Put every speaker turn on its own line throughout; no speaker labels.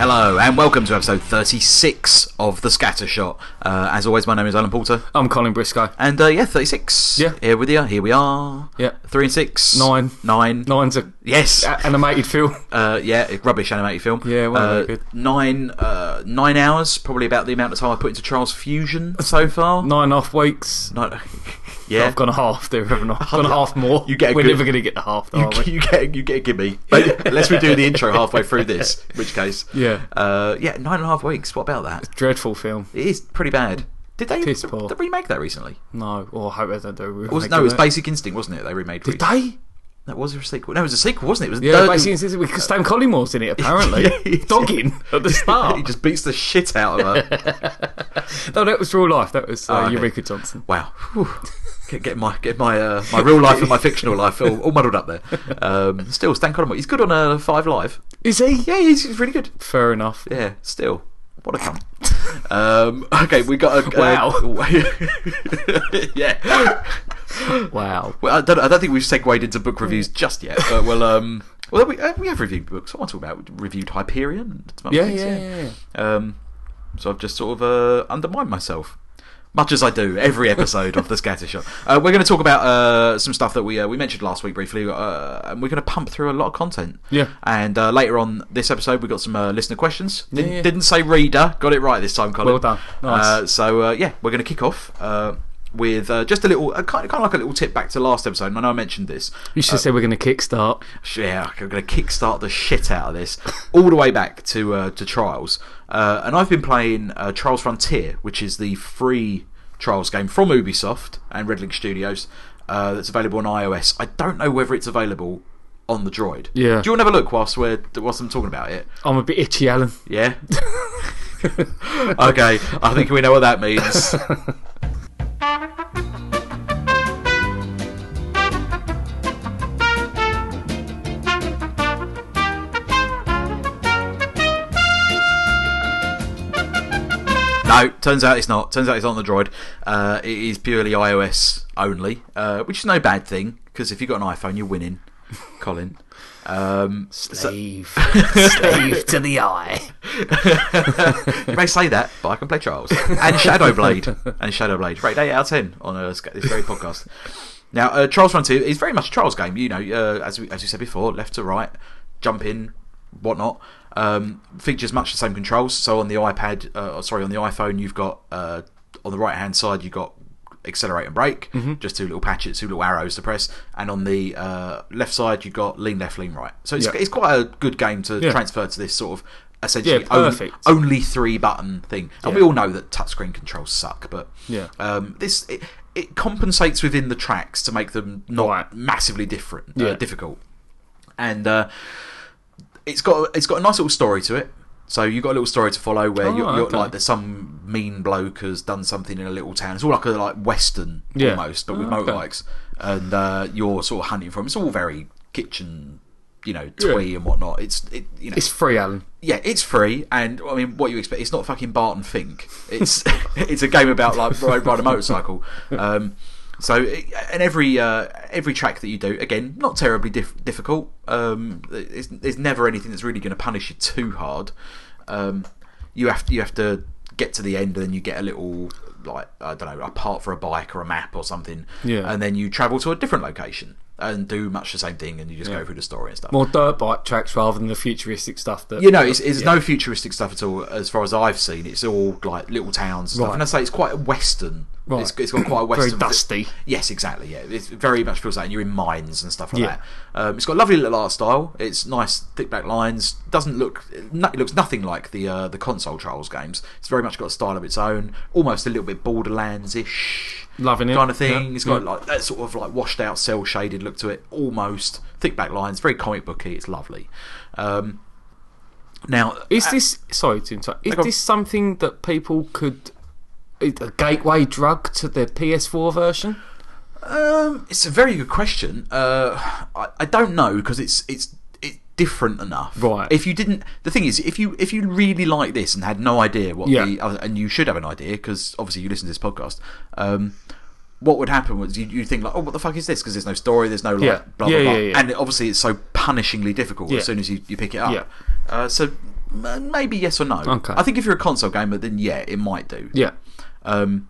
Hello and welcome to episode 36 of the Scattershot. Uh, as always, my name is Alan Porter,
I'm Colin Briscoe.
and uh, yeah, 36.
Yeah.
here we are. Here we are.
Yeah.
three and six,
Nine.
nine,
Nine's a
Yes.
a- animated film.
Uh, yeah, rubbish animated film.
Yeah, it wasn't
uh,
very good.
nine, uh, nine hours, probably about the amount of time I put into Charles Fusion so far.
Nine and a half weeks.
No, yeah,
I've gone a half there, haven't I? I've gone a half more.
You get a
We're
good-
never going to get the half, though, are we?
you get you get a gimme unless we do the intro halfway through this, in which case,
Yeah.
uh, yeah, nine and a half weeks. What about that?
Dreadful film.
It is pretty bad. Did they,
Piss
did
poor.
they remake that recently?
No, or I hope they don't do a remake
It was, no, it
of
was Basic Instinct, wasn't it? They remade.
Did they?
That was a sequel. No, it was a sequel, wasn't it? It was
Yeah,
third-
basically, it's- it's- because Stan Collymore's in it, apparently.
Yeah.
Dogging at the
he
start.
just beats the shit out of her. Ah,
No, that was real life. That was uh,
Oh, okay.
Eureka Johnson.
wow. Whew. Get, get my get my uh, my real life and my fictional life all, all muddled up there. Um, still, Stan Collymore. He's good on uh, Five Live.
Is he?
Yeah, he's, he's really good.
Fair enough.
Yeah, still. What a cunt. Um, okay, we got a. uh, yeah.
Wow.
Well, I don't, I don't think we've segued into book reviews just yet, but well, um, well, we, uh, we have reviewed books. What am I talking about? We reviewed Hyperion. and some other
Yeah,
things,
yeah, yeah,
Um, so I've just sort of uh, undermined myself, much as I do every episode of the Scattershot. Uh, we're going to talk about uh, some stuff that we uh, we mentioned last week briefly, uh, and we're going to pump through a lot of content.
Yeah.
And uh, later on this episode, we got some uh, listener questions. Didn't,
yeah.
didn't say reader, got it right this time, Colin.
Well done. Nice.
Uh, so uh, yeah, we're going to kick off. Uh, with uh, just a little, uh, kind, of, kind of like a little tip back to last episode, and I know I mentioned this.
You should say we're going to kickstart.
Sh- yeah, I'm going to kickstart the shit out of this all the way back to uh, to Trials. Uh, and I've been playing uh, Trials Frontier, which is the free Trials game from Ubisoft and Red Link Studios uh, that's available on iOS. I don't know whether it's available on the Droid.
Yeah.
Do you want to have a look whilst we're whilst I'm talking about it?
I'm a bit itchy, Alan.
Yeah. okay, I think we know what that means. No, turns out it's not. Turns out it's on the Droid. Uh, it is purely iOS only, uh, which is no bad thing because if you've got an iPhone, you're winning, Colin. Um,
Slave. Slave to the eye.
you may say that, but I can play Charles and Shadowblade and Shadowblade. Rate eight out of ten on uh, Sc- this very podcast. Now, uh, Charles Frontier is very much a Charles game. You know, uh, as we, as we said before, left to right, jump in, whatnot. Um, features much the same controls. So on the iPad, uh, sorry, on the iPhone, you've got uh, on the right hand side, you've got accelerate and brake,
Mm-hmm.
just two little patches, two little arrows to press. And on the uh, left side, you've got lean left, lean right. So it's,
Yeah.
it's quite a good game to
Yeah.
transfer to this sort of essentially
Yeah,
only-
perfect.
only three button thing, and we all know that touchscreen controls suck. But
Yeah.
um, this it, it compensates within the tracks to make them not
Right.
massively different, uh,
Yeah.
difficult, and uh, it's got it's got a nice little story to it. So you've got a little story to follow where
Oh,
you're, you're
okay.
like there's some mean bloke has done something in a little town. It's all like a like western
Yeah.
almost, but with
Oh, okay.
motorbikes, and uh, you're sort of hunting for him. It's all very kitchen, you know, twee and whatnot. It's it, you know,
It's free, Alan.
yeah, it's free, and I mean, what you expect? It's not fucking Bart and Fink. It's it's a game about like ride, ride a motorcycle. Um, so, it- and every uh, every track that you do, again, not terribly diff- difficult. Um, it's, there's never anything that's really going to punish you too hard. Um, you have to, you have to get to the end, and then you get a little like I don't know, a part for a bike or a map or something,
Yeah.
and then you travel to a different location and do much the same thing, and you just go through the story and stuff.
More dirt bike tracks rather than the futuristic stuff that.
You know, it's, it's no futuristic stuff at all, as far as I've seen. It's all like little towns and stuff.
Right.
And I say it's quite western.
Right.
It's, it's got quite a western.
Very dusty.
Yes, exactly. Yeah, it very much feels like you're in mines and stuff like
Yeah.
that. Um, it's got lovely little art style. It's nice thick black lines. Doesn't look. No, it looks nothing like the uh, the console Trials games. It's very much got a style of its own. Almost a little bit Borderlands ish.
Loving it,
kind of thing.
yeah,
It's got
yeah.
like that sort of like washed out, cell shaded look to it. Almost thick black lines. Very comic booky. It's lovely. Um, now,
Is this sorry to interrupt? Is
go on.
this something that people could is a gateway drug to their PS4 version?
Um, it's a very good question. Uh, I, I don't know because it's it's it's different enough.
Right.
If you didn't, the thing is, if you if you really like this and had no idea what
Yeah.
the other, and you should have an idea because obviously you listen to this podcast. Um, what would happen was you you think like, oh, what the fuck is this? Because there's no story, there's no like,
Yeah.
blah blah
Yeah,
blah,
yeah, yeah.
and obviously it's so punishingly difficult
Yeah.
as soon as you, you pick it up.
Yeah.
Uh, so M- Maybe yes or no.
Okay.
I think if you're a console gamer, then yeah, it might do.
Yeah.
Um,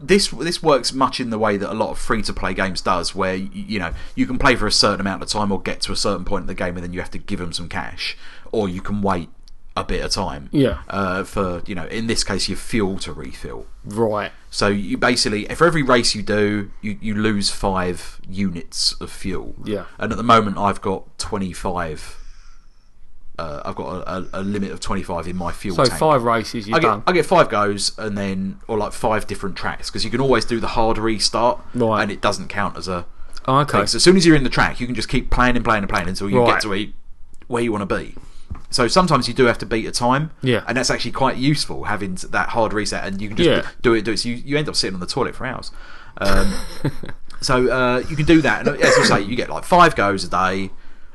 this this works much in the way that a lot of free to play games does, where you, you know you can play for a certain amount of time or get to a certain point in the game, and then you have to give them some cash, or you can wait a bit of time.
Yeah.
Uh, for you know, in this case, your fuel to refill.
Right.
So you basically, for every race you do, you, you lose five units of fuel.
Yeah.
And at the moment, I've got twenty five. Uh, I've got a, a, a limit of twenty five in my fuel.
So
tank.
five races you've
I get,
done.
I get five goes and then or like five different tracks because you can always do the hard restart
Right.
and it doesn't count as a
Oh, okay.
like, so as soon as you're in the track you can just keep playing and playing and playing until you
Right.
get to where, where you want to be so sometimes you do have to beat a time
Yeah.
and that's actually quite useful having that hard reset and you can just
Yeah.
do it do it so you, you end up sitting on the toilet for hours um, so uh, you can do that and as I say you get like five goes a day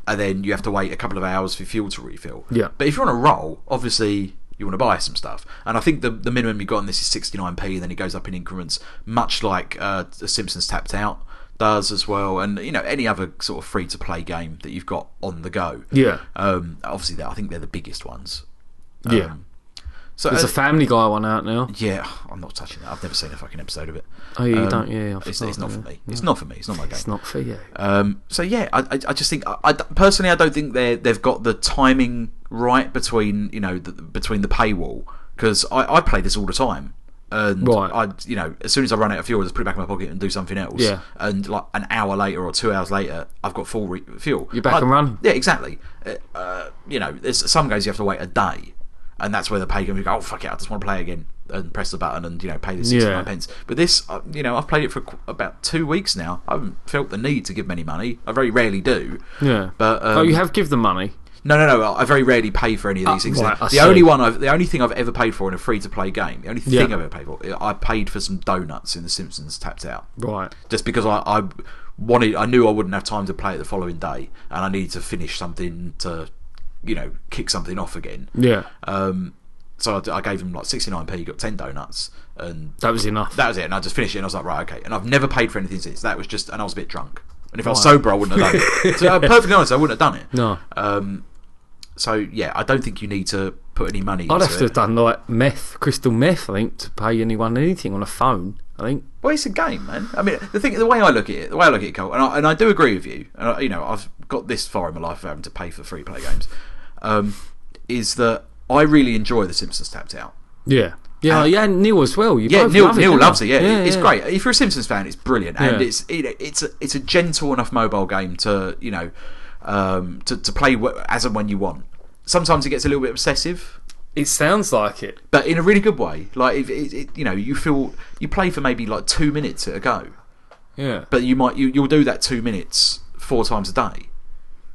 and then you have to wait a couple of hours for fuel to refill
Yeah.
but if you're on a roll, obviously you want to buy some stuff. And I think the, the minimum you got on this is 69p, and then it goes up in increments, much like uh, the Simpsons Tapped Out does as well, and you know any other sort of free to play game that you've got on the go.
Yeah.
Um, obviously, that I think they're the biggest ones.
Yeah.
So
There's
uh,
a Family Guy one out now.
yeah, I'm not touching that. I've never seen a fucking episode of it.
Oh, yeah, you
Um,
don't. Yeah, I
it's,
forgot,
it's not
yeah.
for me. It's not for me. It's not my game.
It's not for you.
Um, so yeah, I, I, I just think I, I- personally I don't think they they've got the timing right between you know the, between the paywall because I, I play this all the time and
Right.
I you know as soon as I run out of fuel I just put it back in my pocket and do something else
Yeah.
and like an hour later or two hours later I've got full re- fuel
You're back
I-
and running.
yeah exactly Uh, uh, you know there's some games you have to wait a day and that's where the pay can go oh fuck it I just want to play again and press the button and you know pay the
Yeah.
69 pence. But this, uh, you know, I've played it for qu- about two weeks now. I haven't felt the need to give them any money. I very rarely do.
Yeah.
But um,
oh, you have give them money.
no, no, no. I very rarely pay for any of these things.
right, I
the
see.
only one, I've, the only thing I've ever paid for in a free-to-play game, the only
Yeah.
thing I've ever paid for, I paid for some donuts in The Simpsons Tapped Out,
Right.
just because I, I wanted, I knew I wouldn't have time to play it the following day, and I needed to finish something to, you know, kick something off again.
Yeah.
Um, so I, I gave him like 69p. Got 10 donuts, and
That was enough.
that was it, and I just finished it, and I was like, right, okay. And I've never paid for anything since. That was just, and I was a bit drunk. And if I was sober, I wouldn't have done it. so, I'm perfectly honest, I wouldn't have done it.
No.
Um, so yeah, I don't think you need to put any money.
I'd
into
have to
it.
have done like meth, crystal meth, I think, to pay anyone anything on a phone. I think.
Well, it's a game, man. I mean, the thing, the way I look at it, the way I look at it, Cole, and I, and I do agree with you. And I, you know, I've got this far in my life of having to pay for free play games. Um, is that I really enjoy The Simpsons Tapped Out.
Yeah. Yeah.
Uh,
yeah. Neil as well. You
Yeah,
both
Neil,
love it,
Neil
don't
loves it.
you?
Yeah, it's great. If you're a Simpsons fan, it's brilliant, and
Yeah.
it's it, it's a, it's a gentle enough mobile game to you know um, to to play wh- as and when you want. Sometimes it gets a little bit obsessive,
It sounds like it.
but in a really good way. Like if it, it, you know you feel you play for maybe like two minutes at a go,
Yeah.
but you might you you'll do that two minutes four times a day.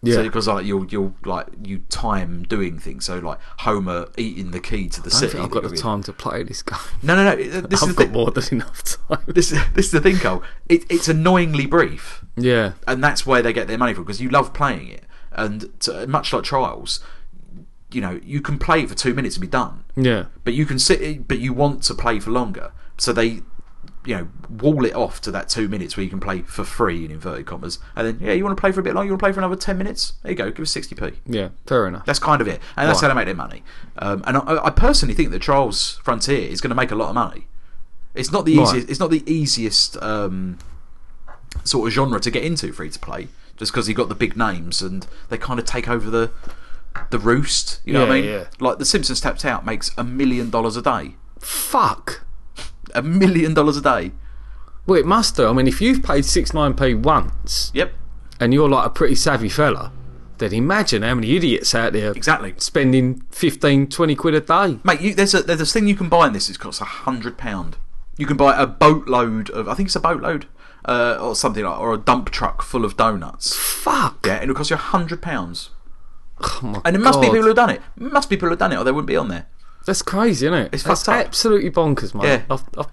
yeah.
So because like you'll you'll like you time doing things. So like Homer eating the key to the
I don't
city.
think I've
that
got the
you're in.
time to play this game.
No, no, no. This is the
I've got
thing.
more than enough time.
This this is the thing, Cole. It, it's annoyingly brief.
yeah.
and that's where they get their money from because you love playing it and to, much like trials you know you can play it for two minutes and be done
Yeah.
but you can sit but you want to play for longer so they you know wall it off to that two minutes where you can play for free in inverted commas and then yeah you want to play for a bit longer you want to play for another 10 minutes there you go give us 60p
Yeah. Fair enough.
that's kind of it and that's
Right.
how they make their money um, and I, I personally think that trials frontier is going to make a lot of money it's not the
Right.
easiest it's not the easiest um, sort of genre to get into free to play, just because you got the big names and they kind of take over the the roost. You know what I
Yeah,
mean?
yeah.
Like the Simpsons Tapped Out makes a million dollars a day,
Fuck.
a million dollars a day.
Well, it must do. I mean, if you've paid six nine p once
Yep,
and you're like a pretty savvy fella, then imagine how many idiots out there
exactly.
spending 15, 20 quid a day.
Mate, you, there's a there's a thing you can buy in this. It costs a hundred pound. You can buy a boatload of I think it's a boatload uh, or something like or a dump truck full of donuts.
Fuck.
Yeah, and it'll cost you a hundred pounds.
Oh my
And it must be
God.
people who've done it. Must be people who've done it, or they wouldn't be on there.
That's crazy, isn't it?
It's
That's
fucked up.
absolutely bonkers, mate.
Yeah.
I've, I've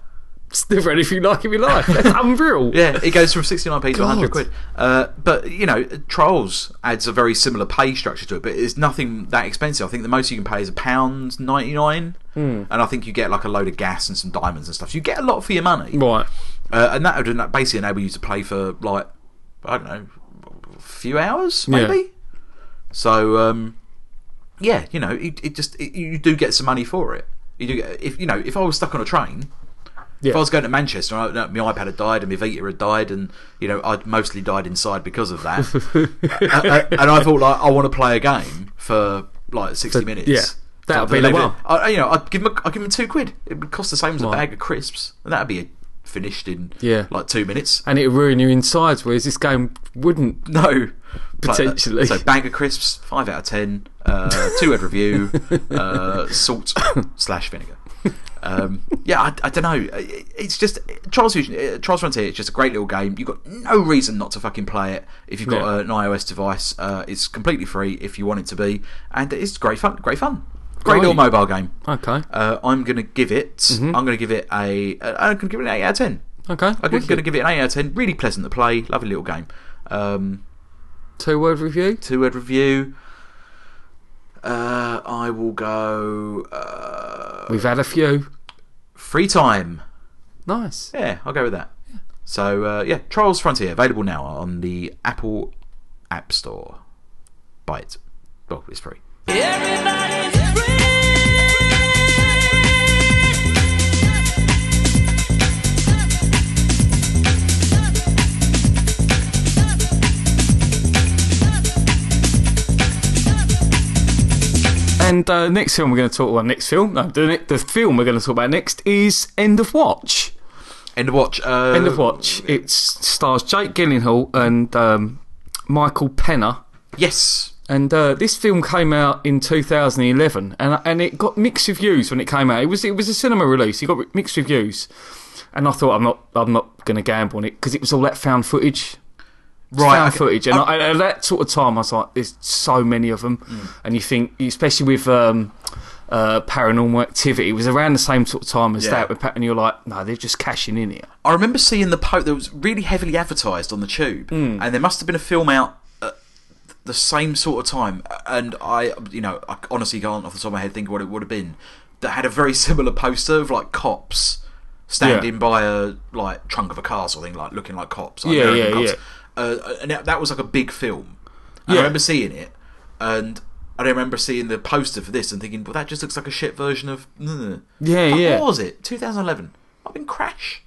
it's never had anything like it in my life. That's unreal.
Yeah, it goes from 69p to 100
God.
quid. Uh, but, you know, Trials adds a very similar pay structure to it, but it's nothing that expensive. I think the most you can pay is a pound 99,
Hmm.
and I think you get like a load of gas and some diamonds and stuff. You get a lot for your money.
Right.
Uh, and that would en- basically enable you to play for, like, I don't know, a few hours,
Yeah.
maybe? So, um, yeah, you know, it, it just it, you do get some money for it. You do get, if you know if I was stuck on a train, if I was going to Manchester, and I, my iPad had died and my Vita had died, and you know I'd mostly died inside because of that. and, and- and I thought like I want to play a game for like sixty minutes.
yeah. That'd
Something
be the
like
one.
that. I, you know, I'd give them, a, I'd give them two quid. It would cost the same as a bag of crisps, and that'd be finished in
Yeah.
like two minutes.
and it would ruin your insides, whereas this game wouldn't.
No. uh,
Potentially.
So, bag of crisps, 5 out of 10, uh, 2 head review, uh, salt slash vinegar. Um, yeah, I, I don't know. It's just Trials Fusion, uh, Trials Frontier. It's just a great little game. You've got no reason not to fucking play it if you've got
Yeah.
uh, an iOS device. Uh, it's completely free if you want it to be, and it's great fun. Great fun. Great
Right. Mm-hmm.
little mobile game.
Okay.
Uh, I'm gonna give it. I'm gonna give it a. Uh, I'm gonna give it an eight out of ten.
Okay.
I'm
wicked.
gonna give it an eight out of ten. Really pleasant to play. Lovely little game. Um,
Two word review.
two word review. Uh, I will go uh,
We've had a few.
free time.
Nice.
Yeah, I'll go with that. So uh, yeah, Trials Frontier available now on the Apple App Store. Buy it. Well, it's free.
Everybody's free.
And uh, next film we're going to talk about next film. No, the, ne- the film we're going to talk about next is End of Watch.
End of watch. Uh,
End of Watch. It stars Jake Gyllenhaal and um, Michael Penner.
Yes.
And uh, this film came out in 2011, and and it got mixed reviews when it came out. It was it was a cinema release. It got re- mixed reviews, and I thought I'm not I'm not going to gamble on it because it was all that found footage,
Right, okay.
found
Uh,
footage. And I, at that sort of time, I was like, there's so many of them,
Hmm.
and you think, especially with um, uh, Paranormal Activity, it was around the same sort of time as
Yeah.
that with Pat, and you're like, no, they're just cashing in here.
I remember seeing the post that was really heavily advertised on the tube,
Hmm.
and there must have been a film out at the same sort of time. And I, you know, I honestly can't off the top of my head think what it would have been that had a very similar poster of like cops standing
Yeah.
by a like trunk of a car, or something like looking like cops. Like
Yeah,
American
yeah,
cops. Uh, and that, that was like a big film. And
Yeah.
I remember seeing it, and I remember seeing the poster for this and thinking, well, that just looks like a shit version of.
Yeah, yeah.
What was it? 2011. I've been Crash.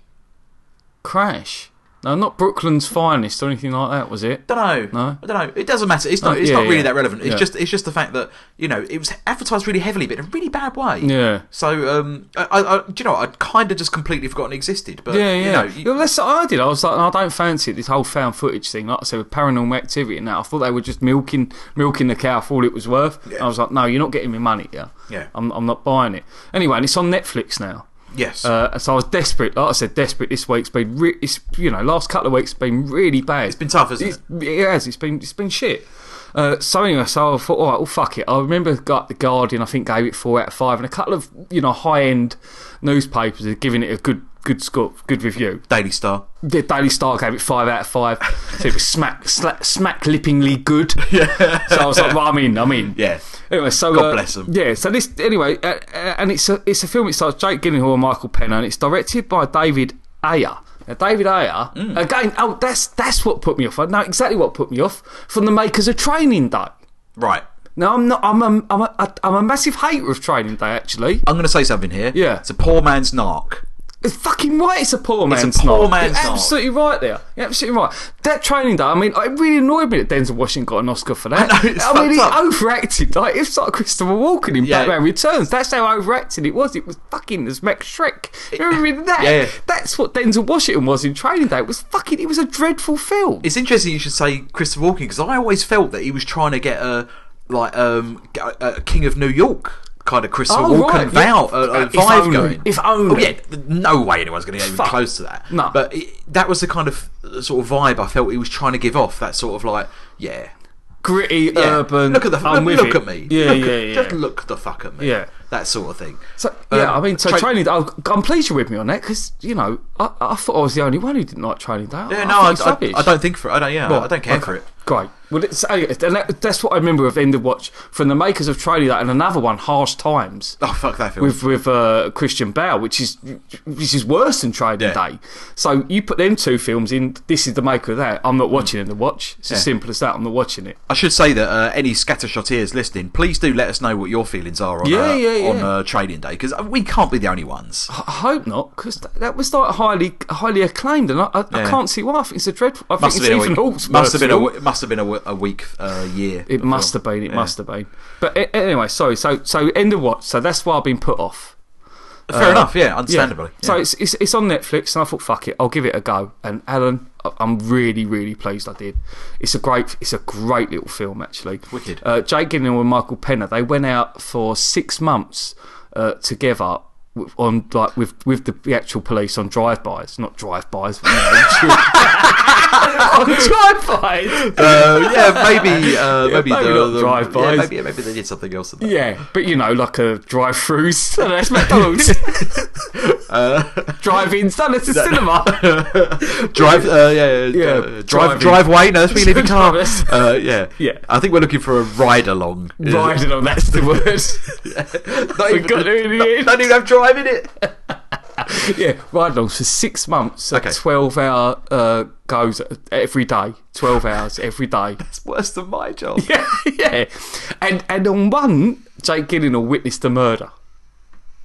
Crash. No, not Brooklyn's finest or anything like that, was it?
don't know.
No?
I don't know. It doesn't matter. It's not.
Oh,
it's
yeah,
not really
yeah.
that relevant. It's
Yeah.
just. It's just the fact that you know it was advertised really heavily, but in a really bad way.
Yeah.
So, um, I, I, I do you know, I kind of just completely forgotten it existed. But
Yeah,
you
yeah.
know,
Yeah, well,
you-
that's what I did. I was like, I don't fancy this whole found footage thing. Like I said, with paranormal activity and that, I thought they were just milking milking the cow for all it was worth. And I was like, no, you're not getting me money here.
Yeah.
I'm, I'm not buying it. Anyway, and it's on Netflix now.
yes,
Uh, so I was desperate. Like I said, desperate this week's been. Re- it's you know, last couple of weeks been really bad. It's
been tough, hasn't
it? It has. It's been it's been shit. Uh, so anyway, so I thought, all right, well, fuck it. I remember got the Guardian. I think gave it four out of five, and a couple of you know high end newspapers are giving it a good good score, good review.
Daily Star.
The Daily Star gave it five out of five. so it was smack sla- smack lippingly good. Yeah. So I was like, well, I'm in, I'm in.
Yeah,
Anyway, so
God
uh,
bless 'em.
Yeah, so this anyway, uh, uh, and it's a it's a film. It stars Jake Gyllenhaal and Michael Penner, and it's directed by David Ayer. Now, David Ayer
Mm.
again. Oh, that's that's what put me off. I know exactly what put me off from the makers of Training Day.
right.
Now I'm not. I'm a, I'm a, I'm a massive hater of Training Day. Actually,
I'm going to say something here.
Yeah.
it's a poor man's narc.
it's fucking right. It's a poor man's
poor
knob.
man's
You're
knob.
absolutely right there. You're absolutely right. That Training Day. I mean, it really annoyed me that Denzel Washington got an Oscar for that.
I know, it's
mean, he
fucked up.
overacted. Like it's like Christopher Walken in
Yeah.
Batman Returns. That's how overacted it was. It was fucking as Max Shrek. You remember that?
Yeah, yeah.
That's what Denzel Washington was in Training Day. It was fucking. It was a dreadful film.
It's interesting you should say Christopher Walken because I always felt that he was trying to get a like um g- a, a King of New York kind of Christopher
Oh,
Walken
right, yeah.
vow, uh, uh,
If
vibe
only-
going.
if only.
Oh, yeah, th- no way anyone's going to get even
Fuck.
close to that.
No.
but it, that was the kind of uh, sort of vibe I felt he was trying to give off. That sort of like yeah.
Gritty,
yeah.
urban.
Look at the look,
I'm with
look
it.
at me.
Yeah,
Look
yeah,
at-
yeah.
Just look the fuck at me.
Yeah.
that sort of thing.
So, yeah,
Um,
I mean, so
tra-
training. I, I'm pleased you're with me on that because you know I, I thought I was the only one who didn't like training day.
Yeah, no,
I think
I,
it's
I,
rubbish.
I don't think for it. I don't. Yeah, I don't care
okay.
for it.
Great. Well, it's, oh, and that- that's what I remember of End of Watch from the makers of Trailer That and another one, Harsh Times,
Oh fuck that film.
with with uh, Christian Bale, which is which is worse than Trading
Yeah.
Day. So you put them two films in. This is the maker of that. I'm not watching End of Watch. It's
Yeah.
as simple as that. I'm not watching it.
I should say that uh, any scattershoteers listening, please do let us know what your feelings are on
Yeah,
uh,
yeah,
on
yeah. Oh,
uh, trading day because we can't be the only ones.
I I hope not, because that was like highly highly acclaimed, and I, I, I
Yeah.
can't see why. I think it's a dreadful. I
Must have
think
been a
it's Ethan
week.
Hawke's
Must have been a
worst
w- must have been a, w- a week uh, year.
It must have been. It must have been. But a- anyway, sorry. So so end of what? So that's why I've been put off.
Fair enough. Yeah,
Uh, Yeah.
understandably.
So
Yeah.
it's, it's it's on Netflix, and I thought, fuck it, I'll give it a go. And Alan, I- I'm really really pleased I did. It's a great it's a great little film actually.
Wicked.
Uh, Jake Gyllenhaal and Michael Penner they went out for six months uh, together. w- On like with with the, the actual police on drive-bys, not drive-bys, but, you know, on drive-bys.
uh, yeah, maybe, uh, maybe,
maybe
the,
not
the-
drive-bys.
yeah, maybe, maybe they did something else. Than that.
Yeah, but you know, like a drive-throughs. No, that's McDonald's.
Uh,
Drive-ins. No, that's a cinema.
drive. Uh, yeah, yeah,
Yeah,
uh, drive,
driving.
driveway. No, that's where you leave your car.
Drive-
Uh, yeah,
Yeah.
I think we're looking for a ride along.
Ride along. That's the word.
Not
We
even,
got there in the end.
don't even have drive in it.
yeah, ride alongs for six months.
Okay.
Twelve-hour uh, goes every day. Twelve hours every day.
It's worse than my job.
yeah, yeah. And and on one, Jake Gyllenhaal witnessed a murder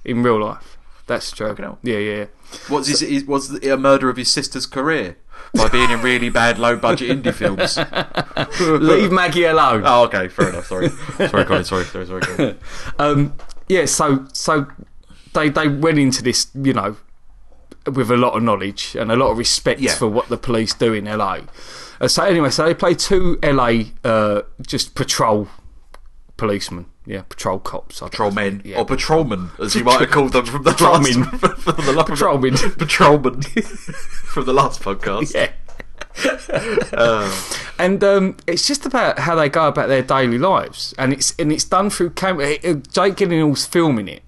in real life. That's true.
hell.
Yeah, yeah. yeah.
What's his, his, was the- a murder of his sister's career by being in really bad, low budget indie films?
Leave Maggie alone.
Oh, okay, fair enough. Sorry, sorry, Colin. Sorry, sorry, sorry. Colin.
um, yeah, so so they they went into this, you know, with a lot of knowledge and a lot of respect
Yeah.
for what the police do in LA. Uh, so anyway, so they play two LA uh, just patrol policemen, yeah, patrol cops. I don't-
Patrolmen
Yeah.
or patrolmen, as you might have called them from the
Patrolmen.
last from the last
Patrolmen.
patrolmen from the last podcast.
Yeah.
Um,
and um, it's just about how they go about their daily lives, and it's and it's done through camera. Jake Gyllenhaal's filming it,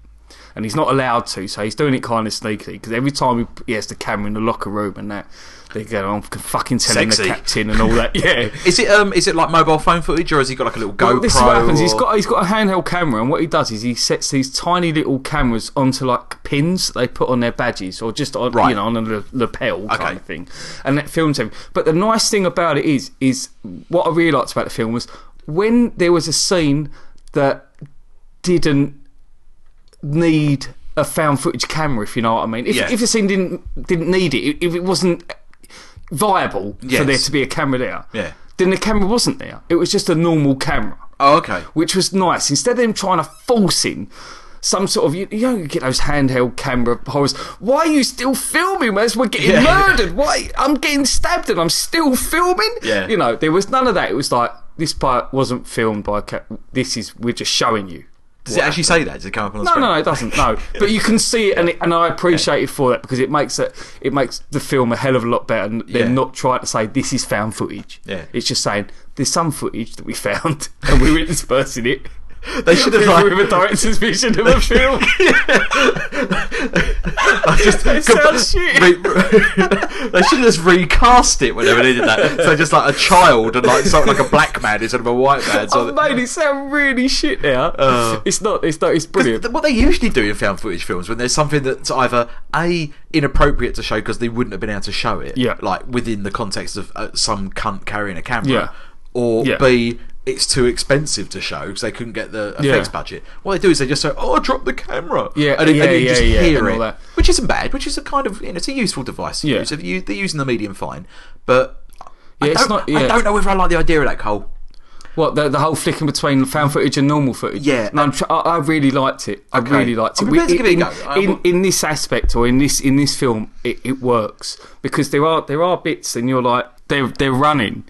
and he's not allowed to, so he's doing it kind of sneakily because every time he, he has the camera in the locker room and that, they go, "I'm fucking telling
Sexy.
the captain and all that." Yeah.
Is it um? Is it like mobile phone footage, or has he got like a little GoPro?
Well, this is what happens. He's
or-
got he's got a handheld camera, and what he does is he sets these tiny little cameras onto like pins that they put on their badges, or just on
Right.
you know on a la- lapel
Okay.
kind of thing, and that films him. But the nice thing about it is is what I really liked about the film was when there was a scene that didn't need a found footage camera, if you know what I mean. If
Yeah.
if the scene didn't didn't need it, if it wasn't viable for
Yes.
there to be a camera there,
Yeah.
then the camera wasn't there. It was just a normal camera,
Oh, okay.
which was nice. Instead of them trying to force in some sort of you, you know you get those handheld camera horrors. Why are you still filming? As we're getting
Yeah.
murdered, why I'm getting stabbed and I'm still filming?
Yeah.
you know there was none of that. It was like this part wasn't filmed by. a Ca- this is we're just showing you.
Does it actually say that? Does it come up on the
No,
screen?
no, no, it doesn't. No, but you can see it, and, it, and I appreciate it for that because it makes it it makes the film a hell of a lot better. And they're
Yeah.
not trying to say this is found footage.
Yeah.
it's just saying there's some footage that we found and we were interspersing it.
They should have
with,
like.
with a director's vision of a film. it sounds shit.
Re- re- they should have just recast it whenever they did that. So just like a child and like something like a black man instead of a white man. So Oh.
I've made it sound really shit now. it's not. It's not. It's brilliant.
Th- What they usually do in found footage films when there's something that's either a inappropriate to show because they wouldn't have been able to show it,
Yeah.
like within the context of uh, some cunt carrying a camera,
Yeah.
or
Yeah.
b it's too expensive to show because they couldn't get the effects
Yeah.
budget. What they do is they just say, "Oh, drop the camera,"
Yeah,
and, it-
yeah,
and you
yeah,
just
yeah,
hear
and all
it,
that.
which isn't bad, which is a kind of you know, it's a useful device. To
Yeah.
use. If you, they're using the medium fine, but I,
Yeah, it's
don't,
not-
I
yeah.
don't know whether I like the idea of that Cole.
What the, the whole flicking between found footage and normal footage?
Yeah.
no, I'm tr- I, I really liked it. I
Okay.
really liked it.
I'm prepared to
We-
give it a
in,
go. I
in,
will-
in this aspect or in this in this film, it, it works because there are there are bits and you're like they're they're running.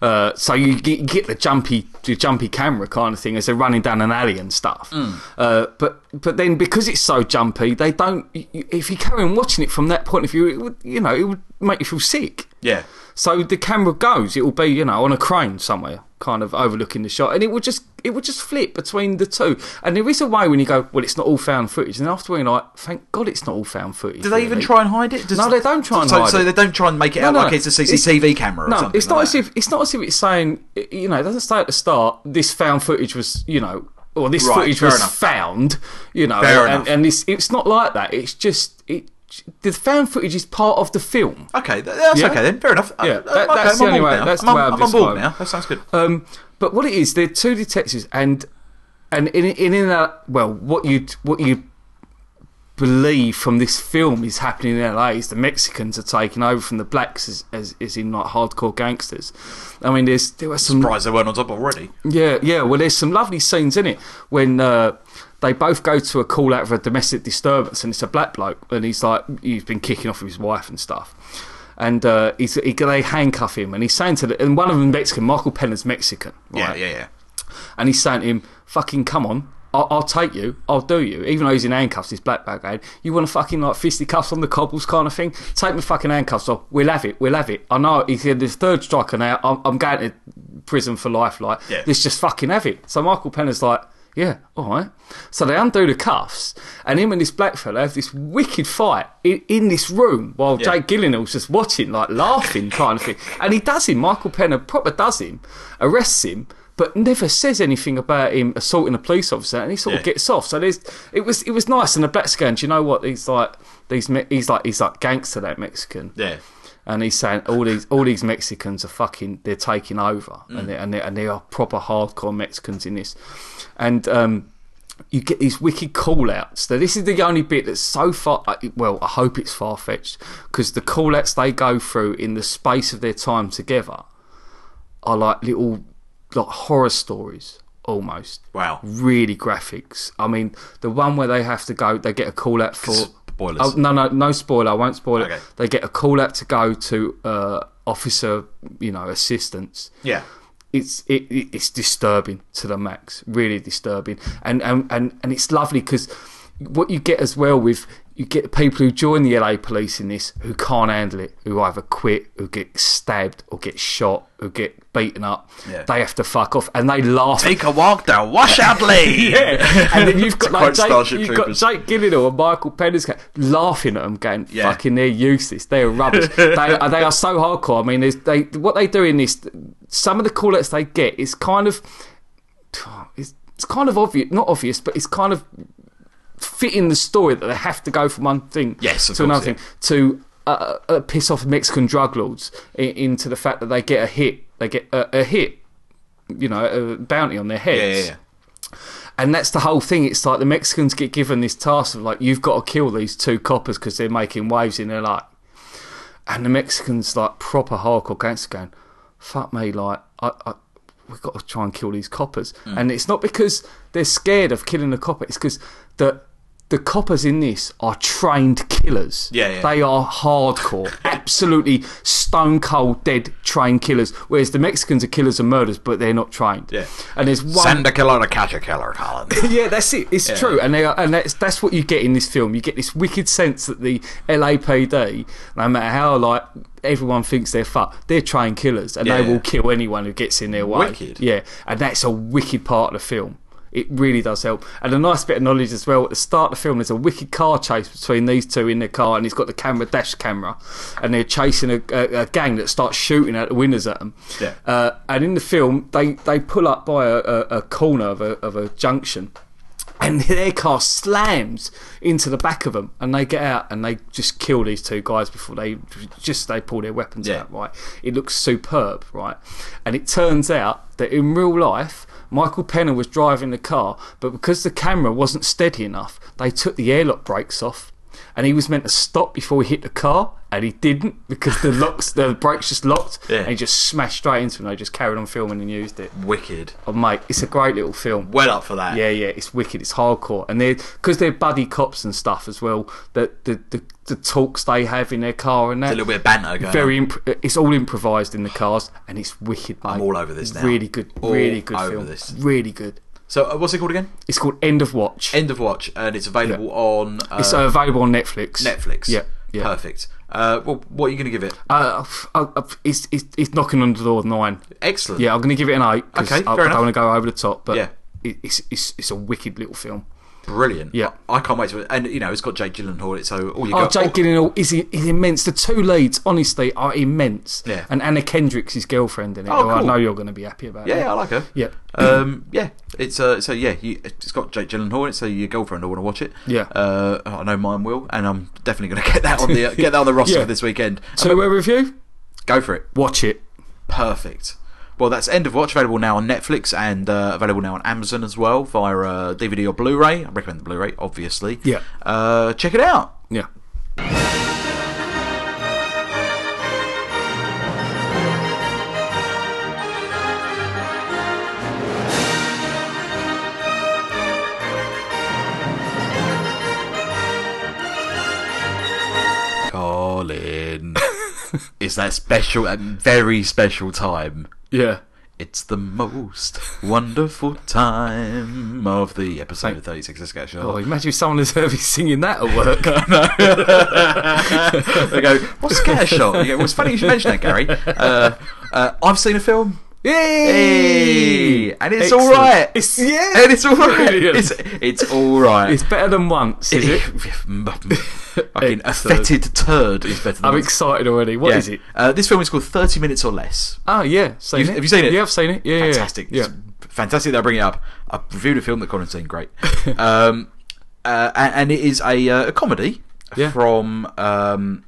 Uh, so you get, get the jumpy, the jumpy camera kind of thing as they're running down an alley and stuff.
Mm.
Uh, but but then because it's so jumpy, they don't. y- y- If you carry on watching it from that point of view, it would you know it would make you feel sick.
Yeah,
So the camera goes. It will be you know on a crane somewhere kind of overlooking the shot, and it would just it would just flip between the two. And there is a way when you go, well, it's not all found footage, and after we're like, thank God it's not all found footage.
Do they even
really.
try and hide it? Does-
No, they don't try and
so,
hide
so
it.
they don't try and make it
No,
out
no,
like
no.
it's a CCTV camera or
No,
something
it's not
like
as
that.
if it's not as if it's saying you know. It doesn't say at the start this found footage was you know or this
Right,
footage
fair
was
enough.
found. You know,
Fair
and,
enough.
and it's it's not like that. It's just it. The found footage is part of the film.
Okay, th- that's
Yeah.
okay then. Fair enough. Uh,
Yeah,
okay,
that-
I'm
that's the
on
only
board
way-
now.
that's
I'm
the
on,
way I've
I'm on board
described
now. That sounds good.
Um, but what it is, they're two detectives, and and in in, in a, well, what you what you believe from this film is happening in LA is the Mexicans are taking over from the blacks as as, as in like hardcore gangsters. I mean, there's there were some
Surprised they weren't on top already.
yeah, yeah. Well, there's some lovely scenes in it when uh, they both go to a call out for a domestic disturbance, and it's a black bloke, and he's like, he's been kicking off with his wife and stuff. And uh, he's, he, they handcuff him, and he's saying to the, and one of them Mexican, Michael Penner's Mexican, right?
Yeah, yeah, yeah.
And he's saying to him, fucking come on, I'll, I'll take you, I'll do you. Even though he's in handcuffs, his black bag had, you want to fucking like fisticuffs on the cobbles kind of thing? Take my fucking handcuffs off, we'll have it, we'll have it. I know, he said, there's third striker now, I'm, I'm going to prison for life, like,
Yeah.
let's just fucking have it. So Michael Penner's like, yeah, all right. So they undo the cuffs, and him and this black fella have this wicked fight in, in this room while
Yeah.
Jake Gyllenhaal's just watching, like laughing, kind of thing. And he does him. Michael Penner proper does him, arrests him, but never says anything about him assaulting a police officer, and he sort of
Yeah.
gets off. So there's, it was, it was nice. And the black's going, do you know what? He's like, these, Me- he's like, he's like gangster that Mexican
Yeah.
and he's saying all these all these Mexicans are fucking they're taking over and they and they and they are proper hardcore Mexicans in this, and um, you get these wicked call outs. Now this is the only bit that's so far I- well I hope it's far fetched because the call outs they go through in the space of their time together are like little like horror stories almost.
Wow.
Really graphics. I mean, the one where they have to go, they get a call out for
Spoilers.
Oh, no, no, no spoiler. I won't spoil it.
Okay.
They get a call out to go to uh, officer, you know, assistance.
Yeah.
It's it, it- it's disturbing to the max, really disturbing, and and and, and it's lovely because what you get as well with you get people who join the LA police in this who can't handle it, who either quit, who get stabbed, or get shot, who get beaten up.
Yeah.
They have to fuck off, and they laugh
Take a walk down Washout Lane.
yeah. And then you've
To
got like
quote
Jake,
Starship
you've got
Troopers.
Jake Gyllenhaal and Michael Pendergast laughing at them, going,
Yeah.
"Fucking, they're useless. They are rubbish. they, are, they are so hardcore. I mean, there's, they what they do in this. Some of the call-outs they get is kind of, it's, it's kind of obvious, not obvious, but it's kind of fitting the story that they have to go from one thing
Yes,
to
of course,
another
yeah.
thing to uh, uh, piss off Mexican drug lords i into the fact that they get a hit, they get a, a hit, you know, a bounty on their heads
Yeah, yeah, yeah.
and that's the whole thing. It's like the Mexicans get given this task of like, you've got to kill these two coppers because they're making waves in LA. And the Mexicans like proper hardcore gangster going, fuck me, like I, I we've got to try and kill these coppers.
Mm.
And it's not because they're scared of killing the copper. It's because the the coppers in this are trained killers.
Yeah, yeah.
They are hardcore, absolutely stone cold dead trained killers. Whereas the Mexicans are killers and murderers, but they're not trained.
Yeah.
And there's one
Send a killer to catch a killer, Colin.
yeah, that's it. It's true, and they are, and that's that's what you get in this film. You get this wicked sense that the LAPD, no matter how like everyone thinks they're fucked, they're trained killers, and they
Yeah.
will kill anyone who gets in their way.
Wicked.
Yeah, and that's a wicked part of the film. It really does help. And a nice bit of knowledge as well. At the start of the film, there's a wicked car chase between these two in their car, and he's got the camera dash camera, and they're chasing a, a, a gang that starts shooting at the windows at them.
Yeah.
Uh, and in the film, they, they pull up by a, a, a corner of a, of a junction, and their car slams into the back of them, and they get out and they just kill these two guys before they just they pull their weapons
Yeah.
out. Right, it looks superb, right? And it turns out that in real life. Michael Penner was driving the car, but because the camera wasn't steady enough, they took the airlock brakes off, and he was meant to stop before he hit the car, and he didn't because the locks, the brakes just locked,
Yeah.
and he just smashed straight into him. They just carried on filming and used it.
Wicked.
Oh, mate, it's a great little film.
Well up for that.
Yeah, yeah, it's wicked. It's hardcore, and they're because they're buddy cops and stuff as well. That the, the the talks they have in their car and
A
that
little bit uh, of banter going.
very imp- it's all improvised in the cars, and it's wicked, mate. I'm
all over this now.
Really good,
All
really good
over
film.
this.
Really good.
on. So uh, what's it called again?
It's called End of Watch.
End of Watch, and it's available on. Uh,
it's available on Netflix.
Netflix.
Yeah, yeah.
Perfect. Uh, well, what are you going to give it?
Uh, I, I, it's, it's, it's knocking on the door with nine.
Excellent.
Yeah, I'm going to give it an eight. 'cause
Okay,
I,
fair
I
enough.
don't want to go over the top, but
Yeah.
it, it's, it's it's a wicked little film.
Brilliant.
Yeah.
I, I can't wait to. And you know, it's got Jake Gyllenhaal. in it, So all you
Oh,
got.
Jake Gyllenhaal is, is immense. The two leads, honestly, are immense.
Yeah.
And Anna Kendrick's his girlfriend in it.
Oh,
who I
cool.
know you're going to be happy about.
yeah, yeah, I like her.
Yeah.
Um, yeah, it's uh, so yeah, you, it's got Jake Gyllenhaal in it, so your girlfriend will want to watch it.
Yeah.
uh, I know mine will, and I'm definitely going to get that on the get that on the roster
Yeah.
for this weekend. Um,
So, a review?
Go for it.
Watch it.
Perfect. Well, that's End of Watch, available now on Netflix and uh, available now on Amazon as well via uh, DVD or Blu ray. I recommend the Blu ray, obviously.
Yeah.
Uh, check it out.
Yeah.
Colin, it's that special, that very special time.
Yeah.
It's the most wonderful time of the episode of 36 Sketch
Oh, imagine if someone is heavy singing that at work.
they go, what's Scare Shot? You go, well, it's funny you should mention that, Gary. Uh, uh, I've seen a film.
Yay!
Hey! And it's
Excellent.
all right.
It's, yeah.
And it's all right.
Brilliant.
It's, it's all right.
It's better than once, is it?
Fucking a
Excellent.
fetid turd is better than
I'm
once.
excited already. What
Yeah.
is it?
Uh, this film is called 30 Minutes or Less.
Oh, yeah. Seen
You've-
it.
have you seen it?
Yeah, I've seen it. Yeah, yeah, yeah.
Fantastic.
Yeah.
It's fantastic that I bring it up. I reviewed a film that Colin's seen. Great. um, uh, and, and it is a, uh, a comedy
Yeah.
from um,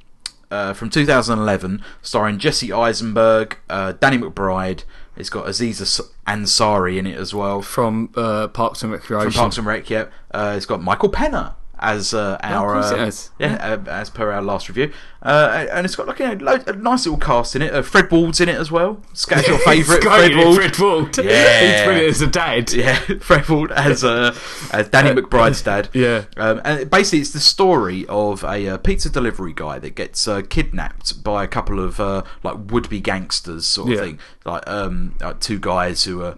uh, from 2011, starring Jesse Eisenberg, uh, Danny McBride. It's got Aziz As- Ansari in it as well from
From uh, Parks and Recreation.
Parks and Rec. Yeah, uh, it's got Michael Penner. As uh, our
Oh, course
uh,
it has.
yeah, uh, as per our last review, uh, and it's got like you know, lo- a nice little cast in it. Uh, Fred Ward's in it as well. Scott's your favourite,
It's great,
Fred Ward.
Fred Ward.
Yeah.
He's brilliant as a dad.
Yeah, Frevold as uh, as Danny McBride's dad.
Yeah.
um, and basically it's the story of a uh, pizza delivery guy that gets uh, kidnapped by a couple of uh, like would-be gangsters sort of
Yeah.
thing. Like um, like two guys who are